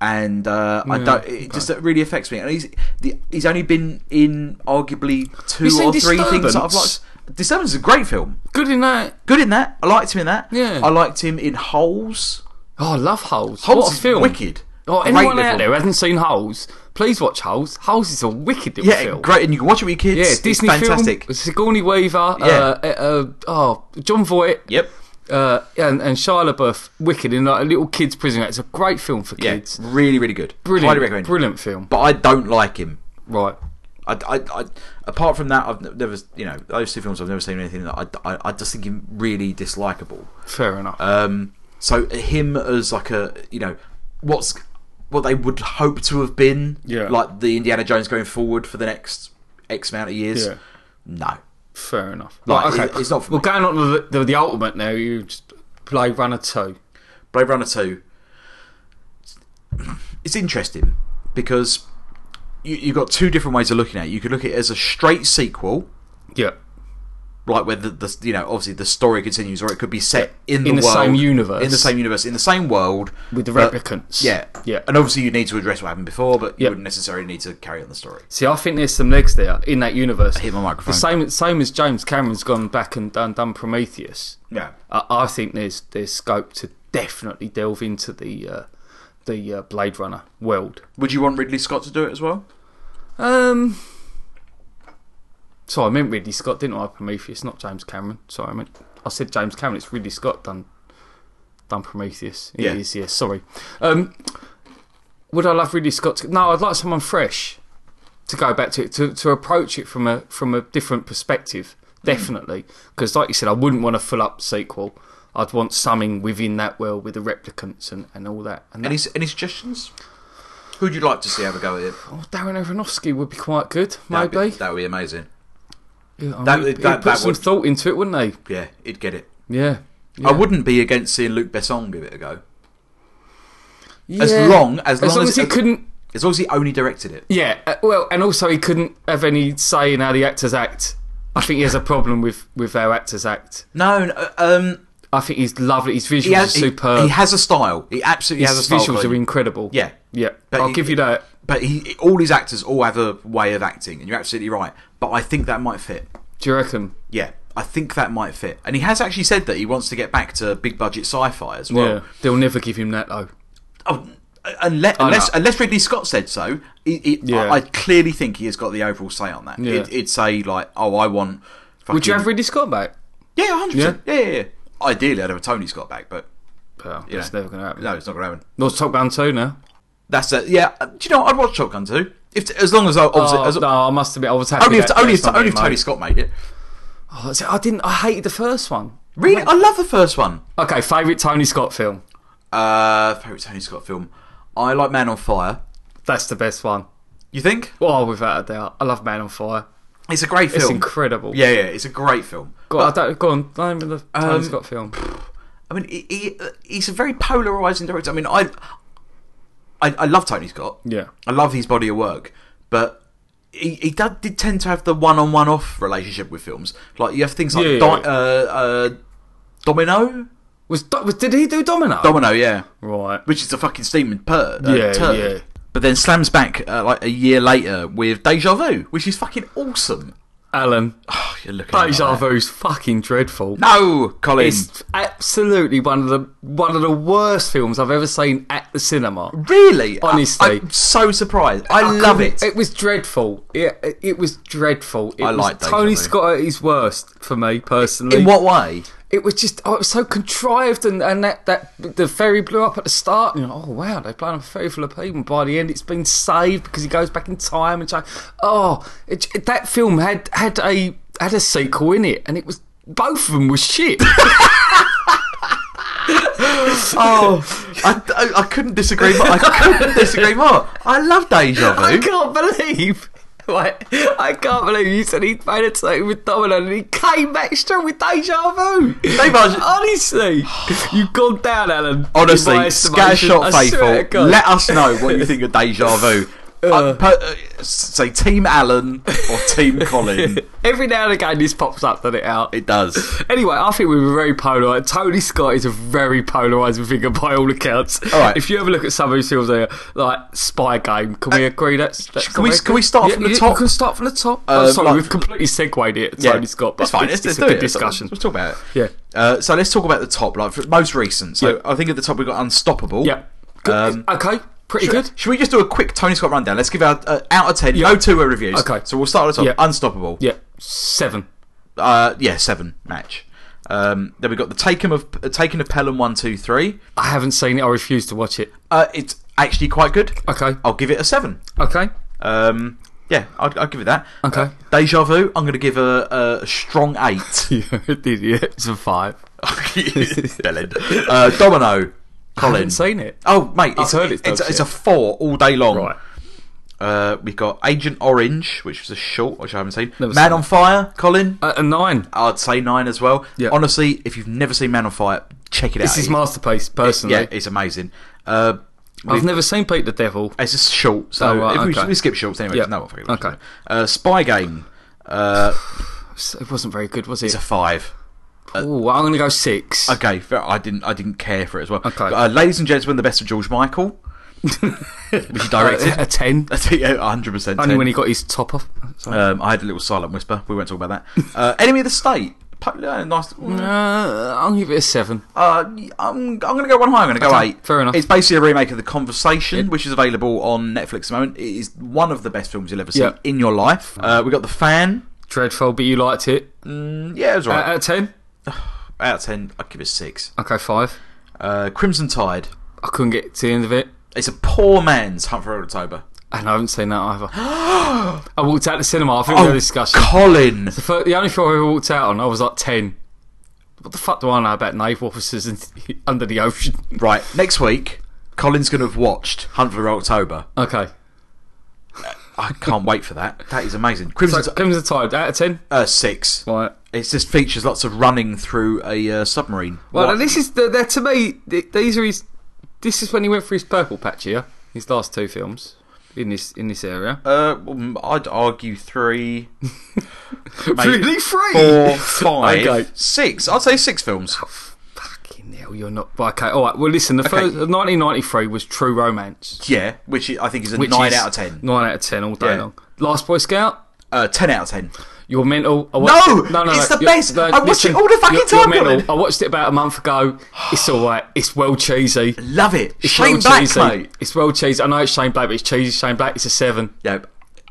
and uh, I
Yeah,
don't. It just really affects me. And he's the, he's only been in arguably two
You seen
or three things that I've
Disturbance?
liked. Disturbance is a great film.
Good in that.
Good in that. I liked him in that.
Yeah.
I liked him in Holes.
Oh, I love Holes.
Holes
what a
is
film.
wicked.
Oh,
Great
anyone
little-
out there who hasn't seen Holes, please watch Holes. Holes is a wicked little
Yeah,
film.
great, and you can watch it with your kids.
Yeah,
It's
Disney
fantastic.
film. Sigourney Weaver.
Yeah.
Uh, uh, uh, oh, John Voight.
Yep.
Uh, and, and Shia LaBeouf, wicked in like a little kid's prison. It's a great film for
Yeah,
kids.
really, really good.
Brilliant,
Highly recommend.
brilliant film.
But I don't like him.
Right.
I, I, I, apart from that, I've n- never, you know, those two films, I've never seen anything that I, I, I just think him really dislikable.
Fair enough.
Um, so him as like a, you know, what's what they would hope to have been,
Yeah.
like the Indiana Jones going forward for the next X amount of years.
Yeah.
No,
Fair enough.
Like,
Right,
it's- it's not for
well,
me.
going on to the, the, the ultimate now, you just play Runner 2.
Blade Runner Two. It's interesting because you, you've got two different ways of looking at it. You could look at it as a straight sequel.
Yeah.
like where the, the you know obviously the story continues, or it could be set in the,
In the
world,
same universe.
in the same universe, in the same world
With the
but-
replicants.
Yeah,
Yeah.
and obviously you need to address what happened before, but you
Yep.
wouldn't necessarily need to carry on the story.
See, I think there's some legs there in that universe.
Hit my microphone.
The same, same as James Cameron's gone back and done, done Prometheus.
Yeah,
I, I think there's there's scope to definitely delve into the uh, the uh, Blade Runner world.
would you want Ridley Scott to do it as well?
Um, sorry, I meant Ridley Scott, didn't I? Prometheus, not James Cameron. Sorry, I meant I said James Cameron. It's Ridley Scott done done Prometheus. It
Yeah.
is, yeah. Sorry. Um, would I love Ridley Scott? To, no, I'd like someone fresh to go back to it to, to approach it from a from a different perspective. Definitely, because like you said, I wouldn't want a full up sequel. I'd want something within that world with the replicants and, and all that. And, that,
Any any suggestions? Who'd you like to see have a go at it?
oh, Darren Aronofsky would be quite good,
That'd
maybe.
be, that would be amazing.
Yeah, I
That-
mean,
that-
he'd
that
put some
would-
thought into it, wouldn't he?
Yeah, it'd get it.
Yeah.
I wouldn't be against seeing Luc Besson give it a go,
yeah.
as long as long as,
he couldn't.
as long as he only directed it.
Yeah. uh, well, and also he couldn't have any say in how the actors act. I think he has a problem with with how actors act.
No, no um,
I think he's lovely. His visuals
he has
are
he,
superb.
he has a style. He absolutely has a
his
style.
visuals
Colin.
are incredible.
Yeah.
Yeah.
But
I'll
he-
give you that.
But he, all his actors all have a way of acting, and you're absolutely right. But I think that might fit.
Do you reckon?
Yeah, I think that might fit. And he has actually said that he wants to get back to big budget sci-fi as well.
yeah. They'll never give him that though.
Oh, unless unless,
no.
unless Ridley Scott said so, he, he,
Yeah.
I, I clearly think he has got the overall say on that.
Yeah.
It, it'd say like, oh, I want. Fucking,
Would you have Ridley Scott back?
Yeah, hundred percent. Yeah, yeah, yeah. Ideally, I'd have a Tony Scott back, but
Well,
Yeah.
It's never going to happen.
no, it's not going to happen.
No. Top Gun 2 now.
That's it. Yeah, uh, do you know? what? I'd watch Top Gun too. If as long as I obviously,
Oh,
as,
no, I must admit, I was happy.
only if
that-
only
that's
if,
not
only if
being
Tony
made.
Scott made it.
Oh, see, I didn't. I hated the first one.
Really, I love the first one.
Okay, favourite Tony Scott film.
Uh, favorite Tony Scott film. I like Man on Fire.
That's the best one.
You think
Oh, without a doubt. I love Man on Fire.
it's a great film?
It's incredible.
Yeah, yeah, it's a great film.
Go, on, I don't, go on, name of the Tony
Um,
Scott film.
I mean, he, he, he's a very polarizing director. I mean, I, I, I love Tony Scott.
Yeah.
I love his body of work, but he, he did, did tend to have the one-on-one off relationship with films. Like you have things like
Yeah, yeah,
Di-
yeah.
Uh, uh, Domino,
Was, Do- was did he do Domino?
Domino, yeah,
right.
which is a fucking steaming per, uh,
Yeah,
turd.
yeah.
But then slams back uh, like a year later with Deja Vu, which is fucking awesome.
Alan,
Oh, you're looking. at me
Deja
like that.
Vu's fucking dreadful.
No, Colin.
It's absolutely one of the one of the worst films I've ever seen at the cinema.
really, I-
Honestly.
I'm so surprised. I, love
couldn't-
it.
It was dreadful. Yeah, it, it was dreadful. It
I
was
like Deja
Tony
Vu.
Scott at his worst for me personally.
In what way?
it was just oh, it was so contrived, and, and that, that the ferry blew up at the start, and you're like, oh wow, they're playing a ferry full of people. And by the end, it's been saved because he goes back in time, and so oh, it, it- that film had had a had a sequel in it, and it was both of them were shit.
Oh, I, I, I couldn't disagree more. I couldn't disagree more. I love Deja
I
Vu.
can't believe. Like, I can't believe you said he made a take with Domino and he came back strong with Deja Vu.
Dave Arge-
Honestly, you've gone down, Alan.
Honestly,
In my estimation.
Scatshot
I swear to
faithful,
God.
let us know what you think of Deja Vu. Uh, per, uh, s- say Team Alan or Team Colin.
Every now and again, this pops up, doesn't it? Out.
It does.
Anyway, I think we were very polarised. Tony Scott is a very polarising figure by all accounts.
All right.
If you ever look at some of his films, they're like Spy Game. Can we agree that's, that's
Uh, can we-
correct?
can we start
Yeah,
from the
you-
top?
You can start from the top.
Uh,
oh, sorry,
like-
we've completely segued it. to Tony Scott, but
it's fine. let's
It's, it's
do
a good
it.
discussion.
Let's talk about it.
Yeah.
Uh, so let's talk about the top, like for most recent. So
Yeah.
I think at the top we've got Unstoppable.
Yeah. Good.
Um,
okay. Pretty good.
Should we just do a quick Tony Scott rundown? Let's give our uh, out of ten, no two reviews.
Okay.
So we'll start at the top.
Yeah.
Unstoppable.
Yeah. Seven.
Uh, yeah, seven match. Um, then we got the Taken of uh, Taken of Pelham one two three.
I haven't seen it. I refuse to watch it.
Uh, it's actually quite good.
Okay.
I'll give it a seven.
Okay.
Um, yeah, I'd, I'd give it that.
Okay.
Uh, Deja Vu. I'm going to give a, a strong eight.
Yeah, it did, yeah. It's a five.
Bellend. uh, Domino.
I
Colin.
haven't seen it.
Oh, mate, it's,
heard it's
it's,
dog
it's
shit.
a four all day long. Uh, we've got Agent Orange, which was a short, which I haven't seen.
Never
Man
seen
on Fire, Colin.
A, a nine.
I'd say nine as well.
Yeah.
Honestly, if you've never seen Man on Fire, check it out.
It's his masterpiece, personally.
yeah, it's amazing. Uh,
I've never seen Pete the Devil.
it's just short, so
Oh, right,
if we,
okay.
we skip shorts anyway.
Yeah.
'cause No one fucking watches
Okay.
it. Uh, Spy Game. Uh,
It's- It wasn't very good, was
it's
it?
a five.
Ooh, I'm going to go six.
Okay, fair- I didn't. I didn't care for it as well.
Okay.
Uh, ladies and gentlemen, the best of George Michael, which he
A, a
directed.
ten.
hundred percent.
Only when he got his top off. Sorry.
Um, I had a little silent whisper. We won't talk about that. Uh, Enemy of the State. Po- uh, nice.
Uh, I'll give it a seven.
Uh, I'm, I'm going to go one higher. I'm going to go
Okay,
eight.
fair enough.
It's basically a remake of The Conversation, which is available on Netflix at the moment. It is one of the best films you'll ever see
Yeah.
in your life. Uh, we got The Fan.
Dreadful, but you liked it.
Mm, Yeah, it was
Uh,
alright.
out of ten?
Out of ten, I'd give it six.
Okay, five.
Uh, Crimson Tide.
I couldn't get to the end of it.
It's a poor man's Hunt for Red October.
And I haven't seen that either. I walked out of the cinema. I think
Oh,
we had a discussion.
Colin.
The fir- the only film I ever walked out on, I was like 10. What the fuck do I know about naval officers in, under the ocean?
Right, next week, Colin's going to have watched Hunt for Red October.
Okay.
I can't wait for that. That is amazing. Crimson
So,
Tide.
comes the tide. Out of 10?
Uh, six.
Right.
It just features lots of running through a uh, submarine.
Well,
What-
now this is, the, they're- to me, th- these are his, this is when he went for his purple patch here. His last two films in this in this area.
Uh, mm, I'd argue three,
really free?
four, five,
Okay.
six. I'd say six films.
Fucking hell, you're not. Okay, alright, well listen, the first, 1993 was True Romance.
Yeah, which I think is a
which
nine
is
out of ten.
9 out of 10 all day
Yeah.
long. Last Boy Scout?
Uh, ten out of ten.
You're mental. I
No! It's the
you're-
best. I watch it all the fucking
you're-
time,
You're
Colin.
mental. I watched it about a month ago. It's all right. It's well cheesy.
Love it.
It's
Shane
well
Black,
cheesy.
mate.
It's well cheesy. I know it's Shane Black, but it's cheesy. Shane Black. It's a seven.
Yeah.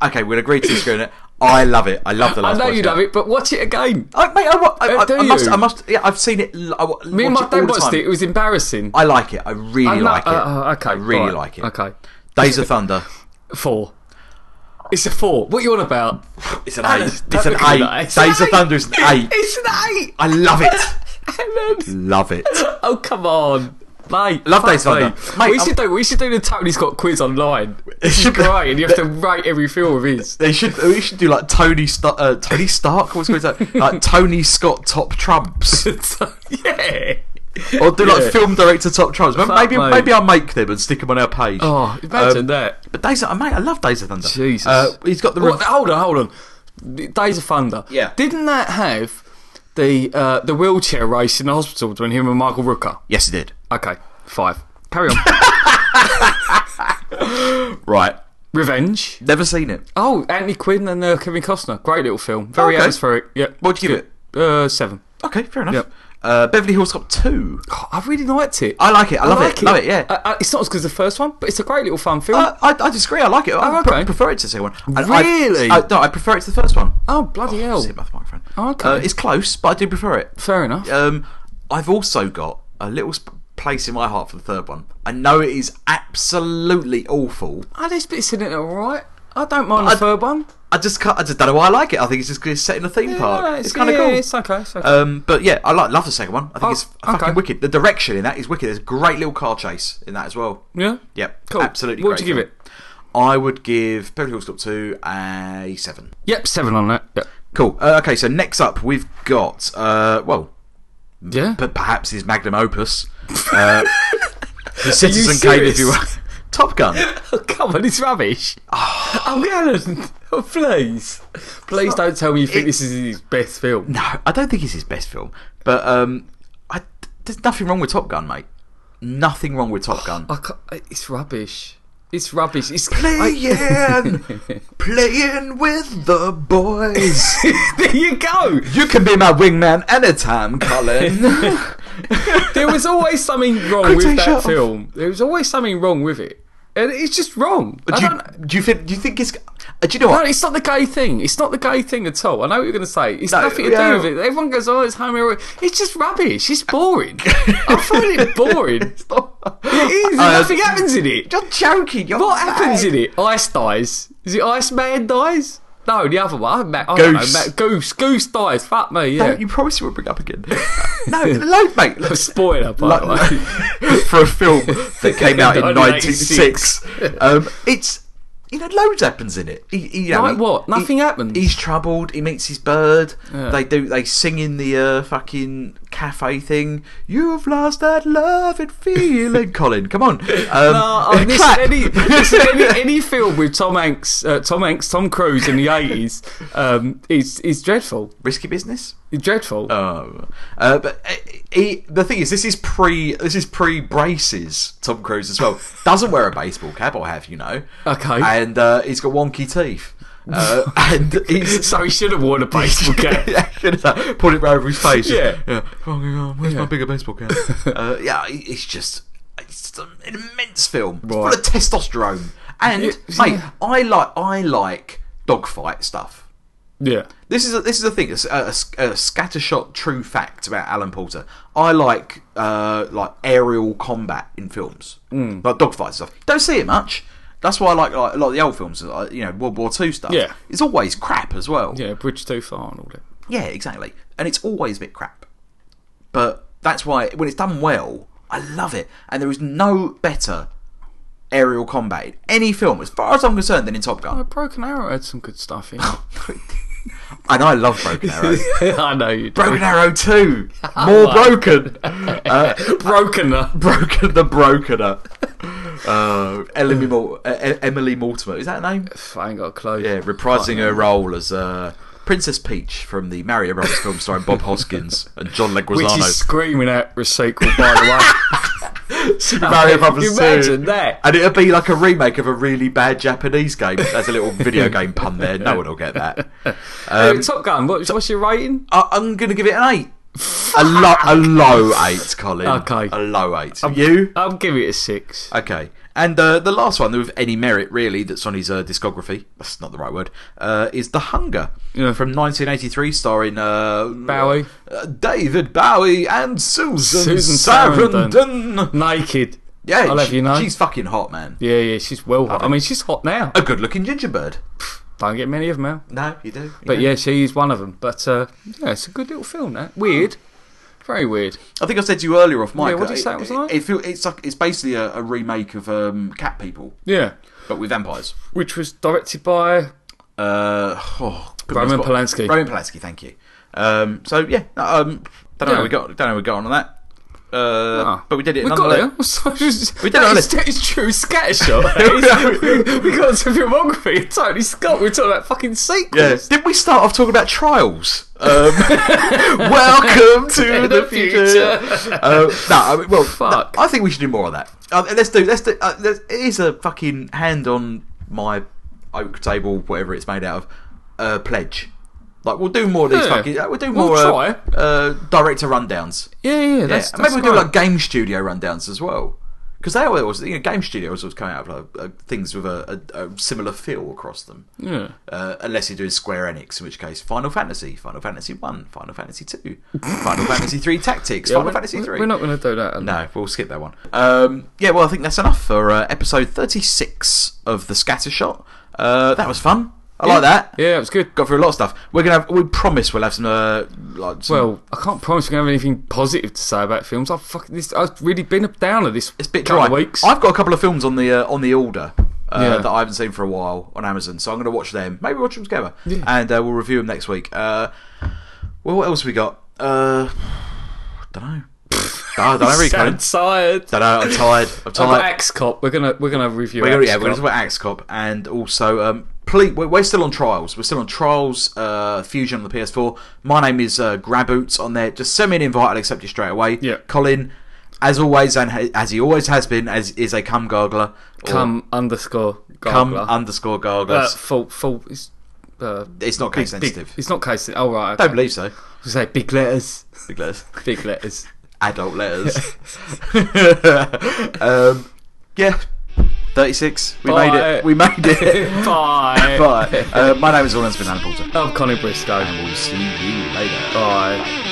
Okay, we'll agree to disagree on it. I love it. I love the
I
last.
know
Boy
you
Scout.
love it, but watch it again.
I, mate, I, wa- I,
Uh,
I-
do
I must.
you?
I must. Yeah, I've seen it. l- I, wa-
Me and
watch
my dad
all the
watched
time.
it. It was embarrassing.
I like it. I really
know-
like it.
uh, uh, okay,
I really
right.
like it.
Okay,
Days of Thunder.
four. It's a four. What are you on about?
It's an eight. It's
Don't
an
look at me
eight.
like that.
Days of Thunder is an eight.
It's an eight.
I love it.
Alan.
Love it.
Oh come on. Mate,
Love
fuck
Days of
me.
Thunder. Mate,
we should do we should do the Tony's got quiz online. It should
should
be
be-
great, and you have to rate every film of his.
They should. We should do like Tony Stark. Uh, Tony Stark. What's going on? Like Tony Scott top trumps,
So, yeah.
or do like
Yeah.
film director top trumps. Maybe
Fuck,
maybe,
mate.
maybe I'll make them and stick them on our page.
Oh, imagine
Um,
that.
But Days of mate, I love Days of Thunder.
Jesus.
Uh, he's got the.
Oh,
Rev-
hold on, hold on. Days of Thunder.
Yeah.
Didn't that have the uh, the wheelchair race in the hospital between him and Michael Rooker?
yes, he did.
Okay, five. Carry on.
Right.
Revenge.
Never seen it.
Oh, Anthony Quinn and uh, Kevin Costner. Great little film. Very
Okay.
atmospheric. Yep.
What'd you give it?
Uh, seven.
Okay, fair enough.
Yep.
Uh, Beverly Hills Cop 2.
God, I really liked it.
I like it. I, love
like
it. Love it, yeah. Uh,
Uh, uh, it's not as good as the first one, but it's a great little fun film.
I, I, I disagree. I like it. I
Oh,
pre-
okay.
prefer it to the second one. And
Really?
I, I, no, I prefer it to the first one.
oh, bloody hell.
Sit by the microphone.
Oh, okay.
Uh, it's close, but I do prefer it.
Fair enough.
Um, I've also got a little sp- place in my heart for the third one. I know it is absolutely awful.
Oh, this bit's in it alright. I don't mind the
I-
third one.
I just can't, I just don't know why I like it. I think it's just 'cause it's set in a theme park.
Yeah,
it's kind of
yeah,
cool.
It's okay. It's okay.
Um, but yeah, I like love the second one. I think
Oh,
it's fucking
okay.
wicked. The direction in that is wicked. There's a great little car chase in that as well.
yeah.
Yep,
Cool.
absolutely.
What would
great
you give
film. I would give Beverly Hills Cop Two a seven.
Yep, seven on that. Yep.
Cool. Uh, okay, so next up we've got uh, well,
Yeah.
but perhaps his magnum opus, uh, the Citizen Kane,
serious?
if you will. Top Gun.
Oh, come on, it's rubbish. Oh, Alan, oh, please. Please don't tell me you think this is his best film.
No, I don't think it's his best film, but um, I, there's nothing wrong with Top Gun, mate. Nothing wrong with Top Gun.
I can't, it's rubbish. It's rubbish. It's
Playing, playing with the boys.
there you go.
You can be my wingman anytime, Colin.
There was always something wrong with
Quotation
that
of-
film. There was always something wrong with it, and it's just wrong. I
do, you,
don't-
do you think? Do you think it's? Uh, do you know
No,
what?
it's not the gay thing. It's not the gay thing at all. I know what you're going to say. It's
No,
nothing to
yeah.
do with it. Everyone goes, oh, it's homoerotic. It's just rubbish. It's boring. I find it boring.
Stop.
It is.
Uh,
nothing happens in it.
You're joking. You're
What
mad.
happens in it? Ice dies. Is it Ice Man dies? No, the other one. Ma- I don't know,
Goose.
Ma- Goose. Goose dies. Fuck me. Yeah.
Don't you promise you won't bring up again? no, load, mate.
A spoiler, by the
Like-
way.
for a film that came out in
1986.
1986. Um, it's you know loads happens in it. He, he, you know,
Like
he-
what? Nothing
he-
happens?
He's troubled. He meets his bird. They do. They sing in the uh, fucking cafe thing. You've lost that love and feeling, Colin. Come on. Um,
No, oh, this,
clap.
any, this, any, any film with Tom Hanks, uh, Tom Hanks, Tom Cruise in the eighties um, is is dreadful.
Risky business.
It's dreadful.
Um, uh, but uh, he, the thing is, this is pre this is pre braces. Tom Cruise as well doesn't wear a baseball cap or have you know.
Okay.
and uh, he's got wonky teeth, uh, and he's.
so he should have worn a baseball cap.
Put it right over his face.
Yeah.
Oh my God, where's my bigger baseball cap? uh, yeah, it- it's just it's an immense film. It's full
Right.
of testosterone. And mate, I like I like dogfight stuff.
yeah.
This is a, this is the thing. It's a, a, a scattershot true fact about Alan Porter. I like uh, like aerial combat in films,
Hmm.
like dogfight stuff. Don't see it much. That's why I like, like a lot of the old films, like, you know, World War Two stuff.
Yeah.
it's always crap as well.
Yeah, bridge too far and all that.
Yeah, exactly. And it's always a bit crap. But that's why when it's done well, I love it. And there is no better aerial combat in any film, as far as I'm concerned, than in Top Gun.
But Broken Arrow had some good stuff in it.
And I love Broken Arrow.
I know you.
Broken Arrow 2.
Oh,
More broken. Uh,
Broken. Arrow.
broken the brokener. Uh,
Mm.
Emily, Mor- uh, E- Emily Mortimer, is that her name?
I ain't got a clue.
Yeah, reprising her role as uh, Princess Peach from the Mario Brothers film starring Bob Hoskins and John
Which
Leguizamo.
is screaming out a sequel, by the way.
Super Mario Brothers 2.
Imagine that.
And it'd be like a remake of a really bad Japanese game. That's a little video game pun there. No one will get that.
Um,
Um,
Anyway, Top Gun. What, what's your rating?
I- I'm going to give it an 8. A, lo- a low 8, Colin.
Okay. Um,
A low 8. you?
I'll give it a six.
Okay. And uh, the last one with any merit, really, that's on his uh, discography, that's not the right word, uh, is The Hunger
Yeah.
from 1983, starring uh,
Bowie.
uh, David Bowie, and Susan,
Susan
Sarandon.
Sarandon. Naked.
Yeah,
I'll have
she-
you know.
she's fucking hot, man.
Yeah, yeah, she's well hot. I mean, she's hot now.
A good looking gingerbird.
Don't get many of them out.
No, you do. you
But
do.
yeah, she is one of them. But uh, yeah, it's a good little film. That weird, very weird.
I think I said to you earlier off mic.
Yeah, what
that
did you say it was like?
It, feel, it's, like, it's basically a, a remake of um, Cat People,
Yeah,
but with vampires.
which was directed by
Uh, oh, put me on
Roman
the spot.
Polanski.
Roman Polanski, thank you. Um, so yeah, no, um, don't know
Yeah.
how we got, don't know how we got on that. Uh,
Ah.
But we did it.
We got
nonetheless.
there. we
did it on
It's, it's true scattershot. we, we got to filmography. and Tony Scott. We're talking about fucking
Yeah.
sequels.
Did we start off talking about trials? Um, welcome to the
the
future.
future.
Uh, no, I mean, well, no,
Fuck.
I think we should do more of that. Uh, let's do. Let's do. Uh, there's, it is a fucking hand on my oak table, whatever it's made out of. Uh, pledge. Like we'll do more of these
Yeah.
fucking. We'll do
We'll
more uh,
try.
uh, director rundowns.
Yeah, yeah,
Yeah,
that's,
and
that's
maybe we'll do
right.
like game studio rundowns as well. Because they always, you know, game studios was coming out of like, uh, things with a, a, a similar feel across them.
Yeah.
Uh, unless you're doing Square Enix, in which case Final Fantasy, Final Fantasy One, Final Fantasy Two, Final Fantasy Three Tactics,
Yeah,
Final
we're-
Fantasy
we're-
Three.
We're not going to do that.
No, we'll skip that one. Um, yeah, well, I think that's enough for uh, episode 36 of the Scattershot. Uh, that was fun. I like that.
Yeah, it was good.
Got through a lot of stuff. We're gonna. Have, we promise we'll have some. Uh, like some
Well, I can't promise we're going to have anything positive to say about films. I've fucking this. I've really been a downer this.
it's a bit
couple
dry.
of weeks.
I've got a couple of films on the uh, on the order uh,
Yeah.
that I haven't seen for a while on Amazon, so I'm gonna watch them. Maybe we'll watch them together,
Yeah.
and uh, we'll review them next week. Uh, well, what else we got? Uh, don't know. I don't know. Really, Colin.
Sound tired.
Don't know. I'm tired. I'm
I've got
tired.
Axe Cop. We're gonna we're gonna review.
We're gonna,
Axe
yeah, we're going to
Cop.
talk about Axe Cop, and also, um, please, we're, we're still on Trials. We're still on Trials uh, Fusion on the PS4. My name is uh, Graboots on there. Just send me an invite; I'll accept you straight away.
Yeah.
Colin, as always, and ha- as he always has been, as is a cum gargler. or
Come underscore
cum
gargler.
underscore
uh,
garglers.
full full. It's, uh,
it's not case sensitive.
Big, it's not case. Oh right.
I
Okay.
don't believe so.
We say big letters.
Big letters.
Big letters.
Adult letters. um, yeah, thirty-six. We
Bye.
made it. We made it.
Bye.
Bye. Uh, my name is Lawrence Van Porter.
I'm Connie Briscoe.
and we'll see you later.
Bye.